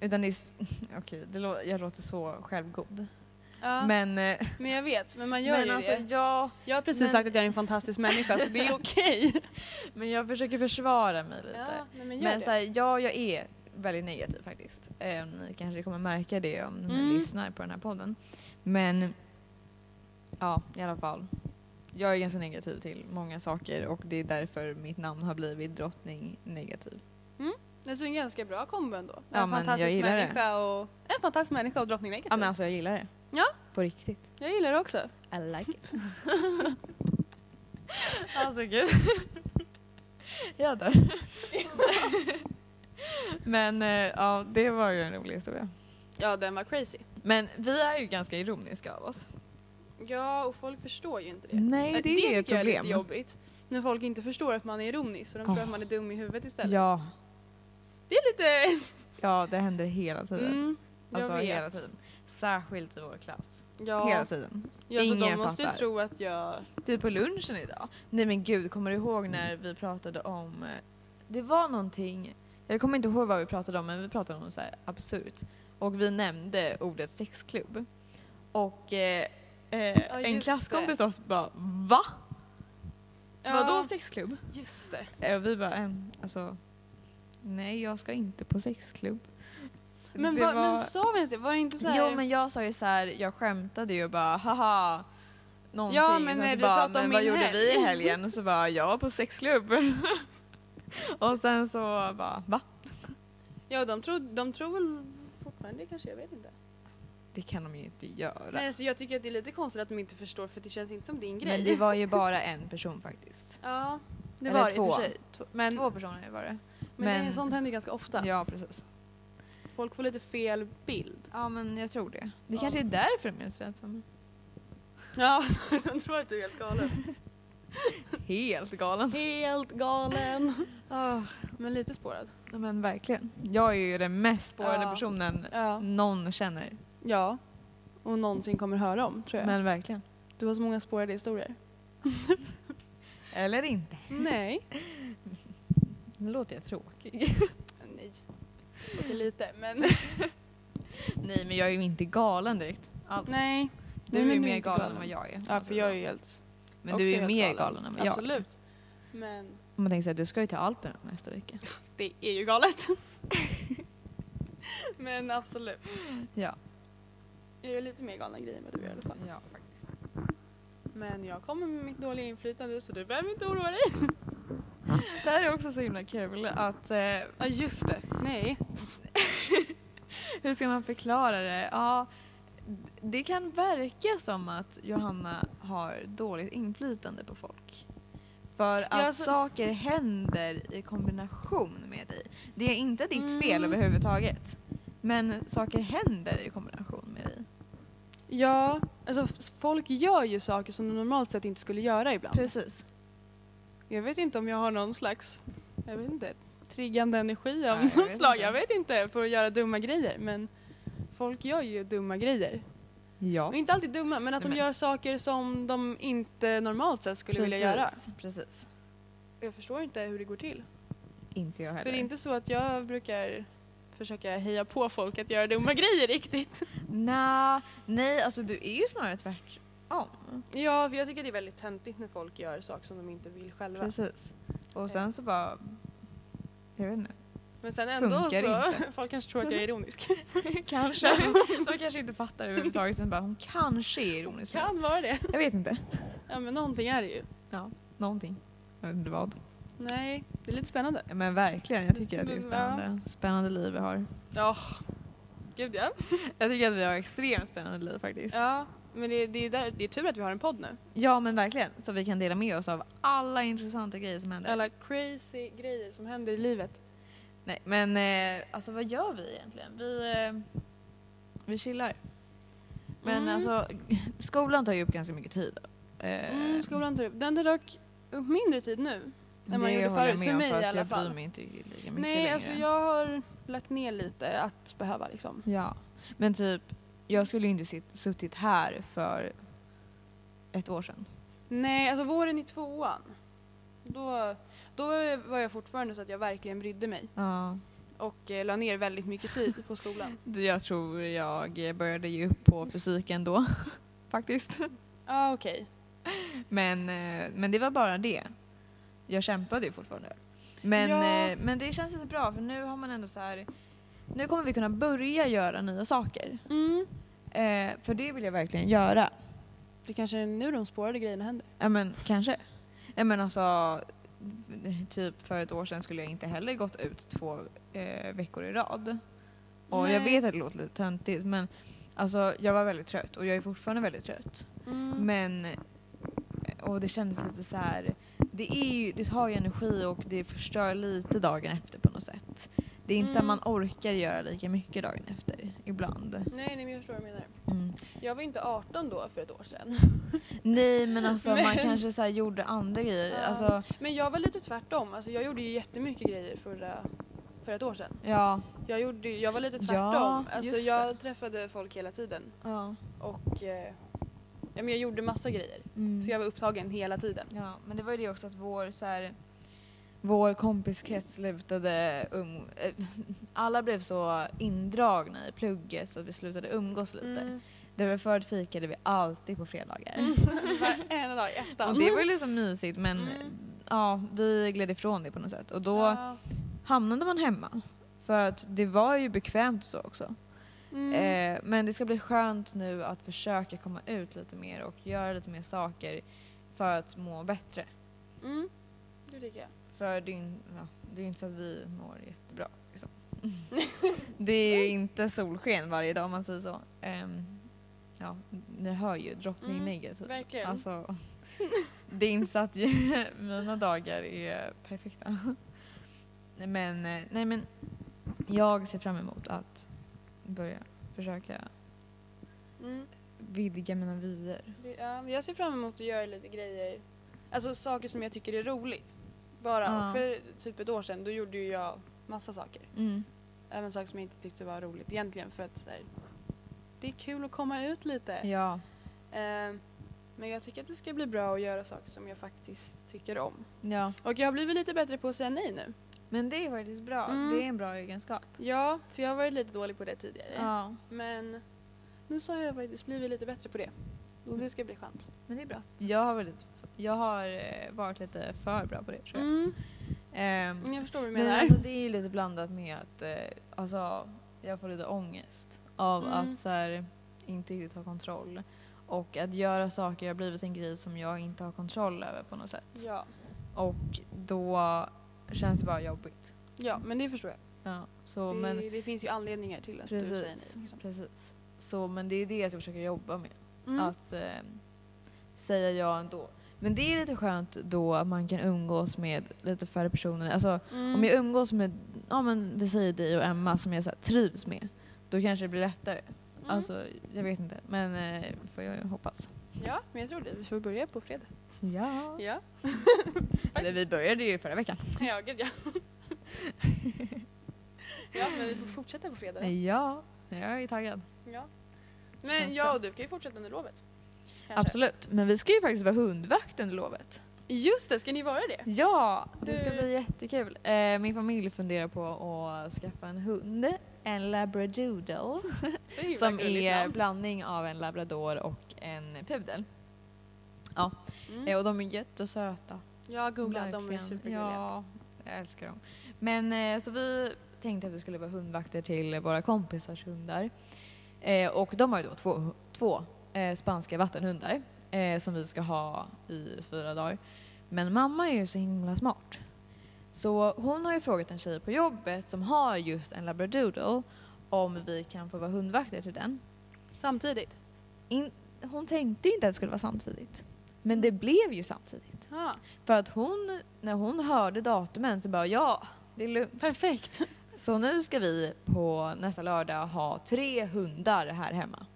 S1: Utan det är... s- Okej, det lå- jag låter så självgod.
S2: Ja, men,
S1: Men... eh,
S2: jag vet, men man gör
S1: Men
S2: ju
S1: alltså
S2: det.
S1: jag...
S2: Jag har precis
S1: men-
S2: sagt att jag är en fantastisk människa så det är okej.
S1: Men jag försöker försvara mig lite.
S2: Ja, nej, men gör
S1: Men
S2: det.
S1: så här, ja, jag är väldigt negativ faktiskt. Eh, ni kanske kommer märka det om ni
S2: Mm.
S1: lyssnar på den här podden. Men ja, i alla fall. Jag är ganska negativ till många saker och det är därför mitt namn har blivit drottning negativ.
S2: Det är så en ganska bra kombo ändå. En
S1: Ja, men jag
S2: fantastisk
S1: gillar det.
S2: människa och en fantastisk människa och drottning negativ.
S1: Ja men alltså jag gillar det.
S2: Ja.
S1: På riktigt.
S2: Jag gillar det också.
S1: I like it. alltså gud. jag dör. men eh, ja, det var ju en rolig historia.
S2: Ja, den var crazy.
S1: Men vi är ju ganska ironiska av oss.
S2: Ja, och folk förstår ju inte det.
S1: Nej,
S2: Men
S1: det är
S2: tycker
S1: ett
S2: jag är
S1: problem.
S2: lite jobbigt. När folk inte förstår att man är ironisk och de tror
S1: Ah.
S2: att man är dum i huvudet istället.
S1: Ja,
S2: Det är lite...
S1: ja, det händer hela tiden.
S2: Mm, jag
S1: alltså
S2: vet.
S1: hela tiden. Särskilt i vår klass.
S2: Ja,
S1: Hela tiden.
S2: ja, så
S1: Ingen
S2: de måste ju
S1: fattar.
S2: tro att jag...
S1: Typ på lunchen idag. Nej men gud, kommer du
S2: Mm.
S1: ihåg när vi pratade om... eh, Det var någonting, jag kommer inte ihåg vad vi pratade om men vi pratade om så här absurt. Och vi nämnde ordet sexklubb. Och eh, eh, en
S2: just
S1: klasskompis till oss bara VA? Vadå
S2: Ja,
S1: sexklubb?
S2: just det.
S1: Eh, Och vi bara, eh, alltså nej jag ska inte på sexklubb.
S2: Men,
S1: Det
S2: vad-
S1: var-
S2: men sa vi ens det? Var det inte så här...
S1: Jo men jag sa ju så här, jag skämtade ju bara haha. Någonting.
S2: Ja, men,
S1: Sen så
S2: eh, vi
S1: bara,
S2: pratade om
S1: men vad
S2: min
S1: gjorde
S2: helg."
S1: vi i helgen? Och så bara jag var på sexklubb. och sen så bara va?
S2: Ja, de tror, de tror väl fortfarande det kanske, jag vet inte.
S1: Det kan de ju inte göra.
S2: Nej, alltså, jag tycker att det är lite konstigt att de inte förstår för det känns inte som din grej.
S1: men det var ju bara en person faktiskt.
S2: Ja, det
S1: Eller
S2: var det i och
S1: två.
S2: för sig. Två- Men,
S1: Två personer var det.
S2: men, det är-
S1: men-
S2: sånt händer ju ganska ofta.
S1: Ja precis.
S2: Folk får lite fel bild.
S1: Ja men jag tror det. Det
S2: Ja.
S1: kanske är därför de är så rädda för mig.
S2: Ja, de tror att du är helt galen.
S1: Helt galen.
S2: Helt galen.
S1: Ah,
S2: Men lite spårad.
S1: men verkligen. Jag är ju den mest spårade
S2: Ja.
S1: personen
S2: Ja.
S1: någon känner.
S2: ja. Och någonsin kommer höra om, tror jag.
S1: Men verkligen.
S2: Du har så många spårade historier.
S1: Eller inte.
S2: Nej.
S1: Nu låter jag tråkig.
S2: Nej. Okej, lite. Men...
S1: Nej men jag är ju inte galen direkt. Alls.
S2: Nej.
S1: Du är ju mer galen, än vad jag är.
S2: Ja,
S1: Alltså,
S2: för jag är ju helt...
S1: men
S2: också
S1: du är ju
S2: helt
S1: mer galen än vad jag är.
S2: Absolut. Men
S1: Om man tänker sig att du ska ju till Alperna nästa vecka.
S2: det är ju galet. men absolut.
S1: Ja.
S2: Jag gör lite mer galna grejer än vad du gör i alla fall.
S1: ja faktiskt.
S2: Men jag kommer med mitt dåliga inflytande så du behöver inte oroa dig.
S1: Det här är också så himla kul att, eh,
S2: Ja just det. Nej.
S1: hur ska man förklara det? Ja, det kan verka som att Johanna har dåligt inflytande på folk. För att
S2: alltså-
S1: saker händer i kombination med dig. Det är inte ditt fel
S2: Mm.
S1: överhuvudtaget. Men saker händer i kombination med dig.
S2: Ja, alltså f- folk gör ju saker som de normalt sett inte skulle göra ibland.
S1: Precis.
S2: Jag vet inte om jag har någon slags, jag vet inte, triggande energi av
S1: Nej, jag
S2: något
S1: vet
S2: slag.
S1: inte.
S2: Jag vet inte, för att göra dumma grejer. Men folk gör ju dumma grejer.
S1: Ja.
S2: Och inte alltid dumma, men att de
S1: Nej, men-
S2: gör saker som de inte normalt sett skulle vilja göra.
S1: Precis, Precis.
S2: Och Jag förstår inte hur det går till.
S1: Inte jag
S2: För
S1: heller.
S2: det är inte så att jag brukar försöka heja på folk att göra dumma grejer riktigt.
S1: Nja, nej alltså du är ju snarare tvärtom.
S2: Ja, för jag tycker det är väldigt töntigt när folk gör saker som de inte vill själva.
S1: Precis. Och sen så bara, jag vet inte.
S2: Men sen ändå
S1: Funkar
S2: så,
S1: inte.
S2: folk kanske tror att jag är ironisk.
S1: Kanske. De kanske inte fattar överhuvudtaget. Sen bara, hon kanske är ironisk.
S2: kan vara det.
S1: Jag vet inte.
S2: Ja men någonting är det ju.
S1: Ja, någonting. Jag vet inte vad.
S2: Nej, det är lite spännande.
S1: Ja, Men verkligen, jag tycker att det är
S2: Men Mm, va?
S1: spännande. Spännande liv vi har.
S2: Ja, gud ja.
S1: Jag tycker att vi har extremt spännande liv faktiskt.
S2: Ja, men det, det, är där, det är tur att vi har en podd nu.
S1: Ja men verkligen. Så vi kan dela med oss av alla intressanta grejer som händer.
S2: Alla crazy grejer som händer i livet.
S1: Nej men eh, alltså vad gör vi egentligen? Vi, eh, vi chillar. Men
S2: Mm.
S1: alltså skolan tar ju upp ganska mycket tid. Eh,
S2: Mm, skolan tar upp. Den tar dock upp mindre tid nu. När man gjorde
S1: håller jag
S2: förut,
S1: med
S2: för
S1: om,
S2: mig i
S1: att
S2: alla
S1: jag
S2: fall.
S1: bryr mig inte riktigt lika mycket
S2: Nej,
S1: längre.
S2: alltså jag har lagt ner lite att behöva liksom.
S1: Ja, men typ jag skulle inte sitt, suttit här för ett år sedan.
S2: Nej, alltså våren i tvåan. Då, då var jag fortfarande så att jag verkligen brydde mig
S1: Ja.
S2: och eh, la ner väldigt mycket tid på skolan.
S1: Jag tror jag började ge upp på fysiken då, faktiskt.
S2: Ja, okej.
S1: Men, eh, men det var bara det. Jag kämpade ju fortfarande. Men,
S2: Ja.
S1: eh, men det känns lite bra för nu har man ändå så här. Nu kommer vi kunna börja göra nya saker.
S2: Mm.
S1: Eh, för det vill jag verkligen göra.
S2: Det kanske är nu de spårade grejerna händer.
S1: Ja men kanske. Ja men alltså, typ för ett år sedan skulle jag inte heller gått ut två eh, veckor i rad. Och jag
S2: Nej.
S1: vet att det låter lite töntigt men alltså jag var väldigt trött och jag är fortfarande väldigt trött.
S2: Mm.
S1: Men, eh, och det känns lite så här. Det, är ju, det tar ju energi och det förstör lite dagen efter på något sätt. Det är inte så att
S2: Mm.
S1: man orkar göra lika mycket dagen efter ibland.
S2: Nej, nej, men jag förstår vad du menar.
S1: Mm.
S2: Jag var inte 18 då för ett år sedan.
S1: Nej men alltså man
S2: Men-
S1: kanske så här gjorde andra grejer.
S2: Ja.
S1: Alltså,
S2: Men jag var lite tvärtom. Alltså, jag gjorde ju jättemycket grejer förra, för ett år sedan.
S1: ja.
S2: Jag, gjorde, ju- jag var lite
S1: Ja,
S2: tvärtom. alltså,
S1: just
S2: jag träffade folk hela tiden
S1: ja.
S2: och eh, ja, men jag gjorde massa grejer.
S1: Mm.
S2: Så jag var upptagen hela tiden.
S1: Ja, men det var ju det också att vår så här, vår kompiskrets slutade um, eh, alla blev så indragna i plugget så att vi slutade umgås lite.
S2: Mm.
S1: Det var förut fikade vi alltid på fredagar.
S2: en dag i ettan.
S1: Och det var ju liksom mysigt men
S2: Mm.
S1: ja, vi gled ifrån det på något sätt och då eh,
S2: Ja.
S1: hamnade man hemma. För att det var ju bekvämt och så också.
S2: Mm.
S1: Eh, men det ska bli skönt nu att försöka komma ut lite mer och göra lite mer saker för att må bättre.
S2: Mm. Det tycker jag.
S1: För det är, ju- ja, det är ju inte så att vi mår jättebra. Liksom. det är ju inte solsken varje dag om man säger så. Ehm, ja, ni hör ju, drottning
S2: Mm,
S1: negativ.
S2: verkligen.
S1: Alltså, det är inte så att mina dagar är perfekta. Men, eh, nej men jag ser fram emot att börja försöka
S2: Mm.
S1: vidga mina vyer.
S2: Det, ja, men jag ser fram emot att göra lite grejer, alltså saker som jag tycker är roligt. Bara,
S1: Ja.
S2: och för typ ett år sedan då gjorde ju jag massa saker.
S1: Mm.
S2: Även saker som jag inte tyckte var roligt egentligen för att så här, det är kul att komma ut lite.
S1: Ja,
S2: Eh, men jag tycker att det ska bli bra att göra saker som jag faktiskt tycker om.
S1: ja.
S2: Och jag har blivit lite bättre på att säga nej nu.
S1: Men det är faktiskt bra.
S2: Mm.
S1: Det är en bra egenskap.
S2: Ja, för jag har varit lite dålig på det tidigare.
S1: Ja,
S2: Men nu så har jag faktiskt blivit lite bättre på det. Och det ska bli skönt.
S1: men det är bra. Jag har varit, jag har eh, varit lite för bra på det tror jag. Ehm,
S2: Mm. Jag förstår vad du
S1: men
S2: menar.
S1: alltså, det är ju lite blandat med att eh, alltså, jag får lite ångest av
S2: Mm.
S1: att så här, inte riktigt ha kontroll. Och att göra saker har blivit en grej som jag inte har kontroll över på något sätt.
S2: Ja.
S1: Och då känns det bara jobbigt.
S2: ja, men det förstår jag.
S1: Ja, så,
S2: det,
S1: men,
S2: det finns ju anledningar till att du säger
S1: precis,
S2: nej. Liksom.
S1: precis. Så, men det är det jag ska försöka jobba med.
S2: Mm.
S1: att eh, säga ja ändå. Men det är lite skönt då att man kan umgås med lite färre personer. Alltså
S2: Mm.
S1: om jag umgås med, ja men vi säger dig och Emma som jag så här, trivs med, då kanske det blir lättare.
S2: Mm.
S1: Alltså jag vet inte, men eh, får jag hoppas.
S2: Ja, men jag tror det. Vi får börja på fredag.
S1: Ja.
S2: Ja,
S1: Eller vi började ju förra veckan.
S2: ja gud ja. ja, men vi får fortsätta på fredag. då.
S1: Ja, jag är taggad.
S2: Ja.
S1: Känns
S2: Men jag
S1: bra.
S2: och du kan ju fortsätta under lovet. Kanske.
S1: Absolut, men vi ska ju faktiskt vara hundvakt under lovet.
S2: Just det, ska ni vara det?
S1: Ja, det ska
S2: Du-
S1: bli jättekul. Eh, min familj funderar på att skaffa en hund, en labradoodle.
S2: Så himla
S1: Som
S2: gulligt
S1: är
S2: namn.
S1: blandning av en labrador och en pudel. Ja,
S2: Mm.
S1: eh, och de är jättesöta.
S2: Jag har googlat, de är
S1: verkligen.
S2: supergulliga.
S1: Ja, jag älskar dem. Men eh, så vi tänkte att vi skulle vara hundvakter till våra kompisars hundar. Eh, och de har ju då två, två eh, spanska vattenhundar eh, som vi ska ha i fyra dagar. Men mamma är ju så himla smart. Så hon har ju frågat en tjej på jobbet som har just en labradoodle om vi kan få vara hundvakter till den.
S2: Samtidigt?
S1: In, hon tänkte ju inte att det skulle vara samtidigt. Men det blev ju samtidigt.
S2: Ja.
S1: För att hon, när hon hörde datumen så bara ja, det är lugnt.
S2: Perfekt.
S1: Så nu ska vi på nästa lördag ha tre hundar här hemma.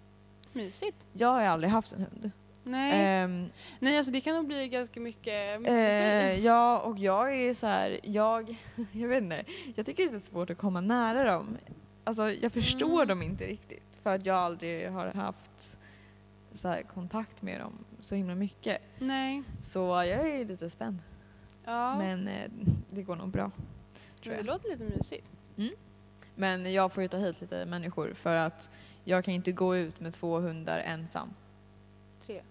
S2: Mysigt.
S1: Jag har ju aldrig haft en hund.
S2: Nej.
S1: Ehm,
S2: Nej, alltså det kan nog bli ganska mycket.
S1: eh, ja, och jag är så här, jag, jag vet inte, jag tycker det är svårt att komma nära dem. Alltså jag förstår
S2: Mm.
S1: dem inte riktigt för att jag aldrig har haft så här, kontakt med dem så himla mycket.
S2: Nej.
S1: Så jag är lite spänd.
S2: Ja.
S1: Men eh, det går nog bra. tror
S2: det
S1: jag.
S2: låter lite mysigt.
S1: Men jag får ju ta hit lite människor för att jag kan inte gå ut med två hundar ensam.
S2: Tre.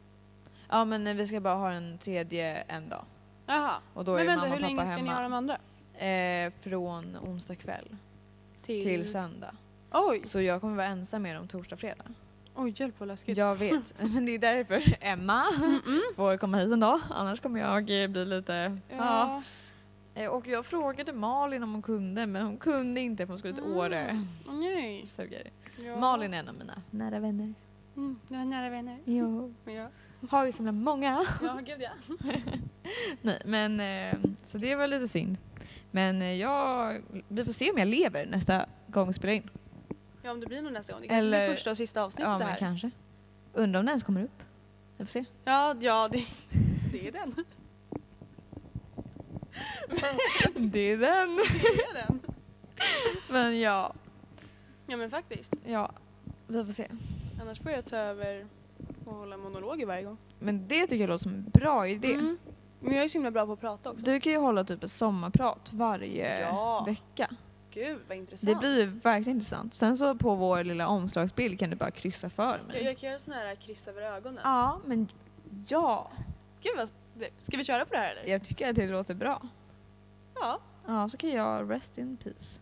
S1: Ja men eh, vi ska bara ha en tredje en dag.
S2: Jaha.
S1: Och då
S2: Men
S1: är
S2: vänta,
S1: mamma
S2: hur
S1: och pappa
S2: länge ska ni ha de
S1: hemma.
S2: andra?
S1: Eh, från onsdag kväll till... söndag.
S2: Oj!
S1: Så jag kommer vara ensam med dem torsdag, fredag.
S2: Oj, hjälp vad läskigt.
S1: Jag vet, men det är därför Emma får komma hit en dag. Annars kommer jag eh, bli lite... Ja.
S2: Ja.
S1: Eh, Och jag frågade Malin om hon kunde, men hon kunde inte för hon skulle till
S2: Mm.
S1: Åre.
S2: Åh, nej.
S1: Suger.
S2: Ja.
S1: Malin är en av mina nära vänner.
S2: Mm, några nära vänner.
S1: Jo.
S2: Ja,
S1: Har ju så himla många.
S2: ja gud ja.
S1: Nej, men eh, så det var lite synd. Men eh, jag, vi får se om jag lever nästa gång vi spelar in.
S2: Ja, om det blir någon nästa gång. Det kanske
S1: Eller-
S2: blir första och sista avsnittet
S1: Ja,
S2: det
S1: men
S2: här.
S1: kanske. Undrar om den ens kommer upp. Vi får se.
S2: Ja, ja det, det är den.
S1: Det är den.
S2: Det är den.
S1: Men ja,
S2: Ja, men faktiskt.
S1: ja, vi får se.
S2: Annars får jag ta över och hålla monologer varje gång.
S1: Men det tycker jag låter som en bra idé.
S2: Mm. Men jag är så himla bra på att prata också.
S1: Du kan ju hålla typ ett sommarprat varje
S2: Ja.
S1: vecka.
S2: Gud vad intressant.
S1: Det blir ju verkligen intressant. Sen så på vår lilla omslagsbild kan du bara kryssa för
S2: jag,
S1: mig.
S2: jag kan göra sån här kryss över ögonen.
S1: Ja, men ja.
S2: Gud vad... det- Ska vi köra på det här eller?
S1: Jag tycker att det låter bra.
S2: Ja.
S1: Ja, så kan jag rest in peace.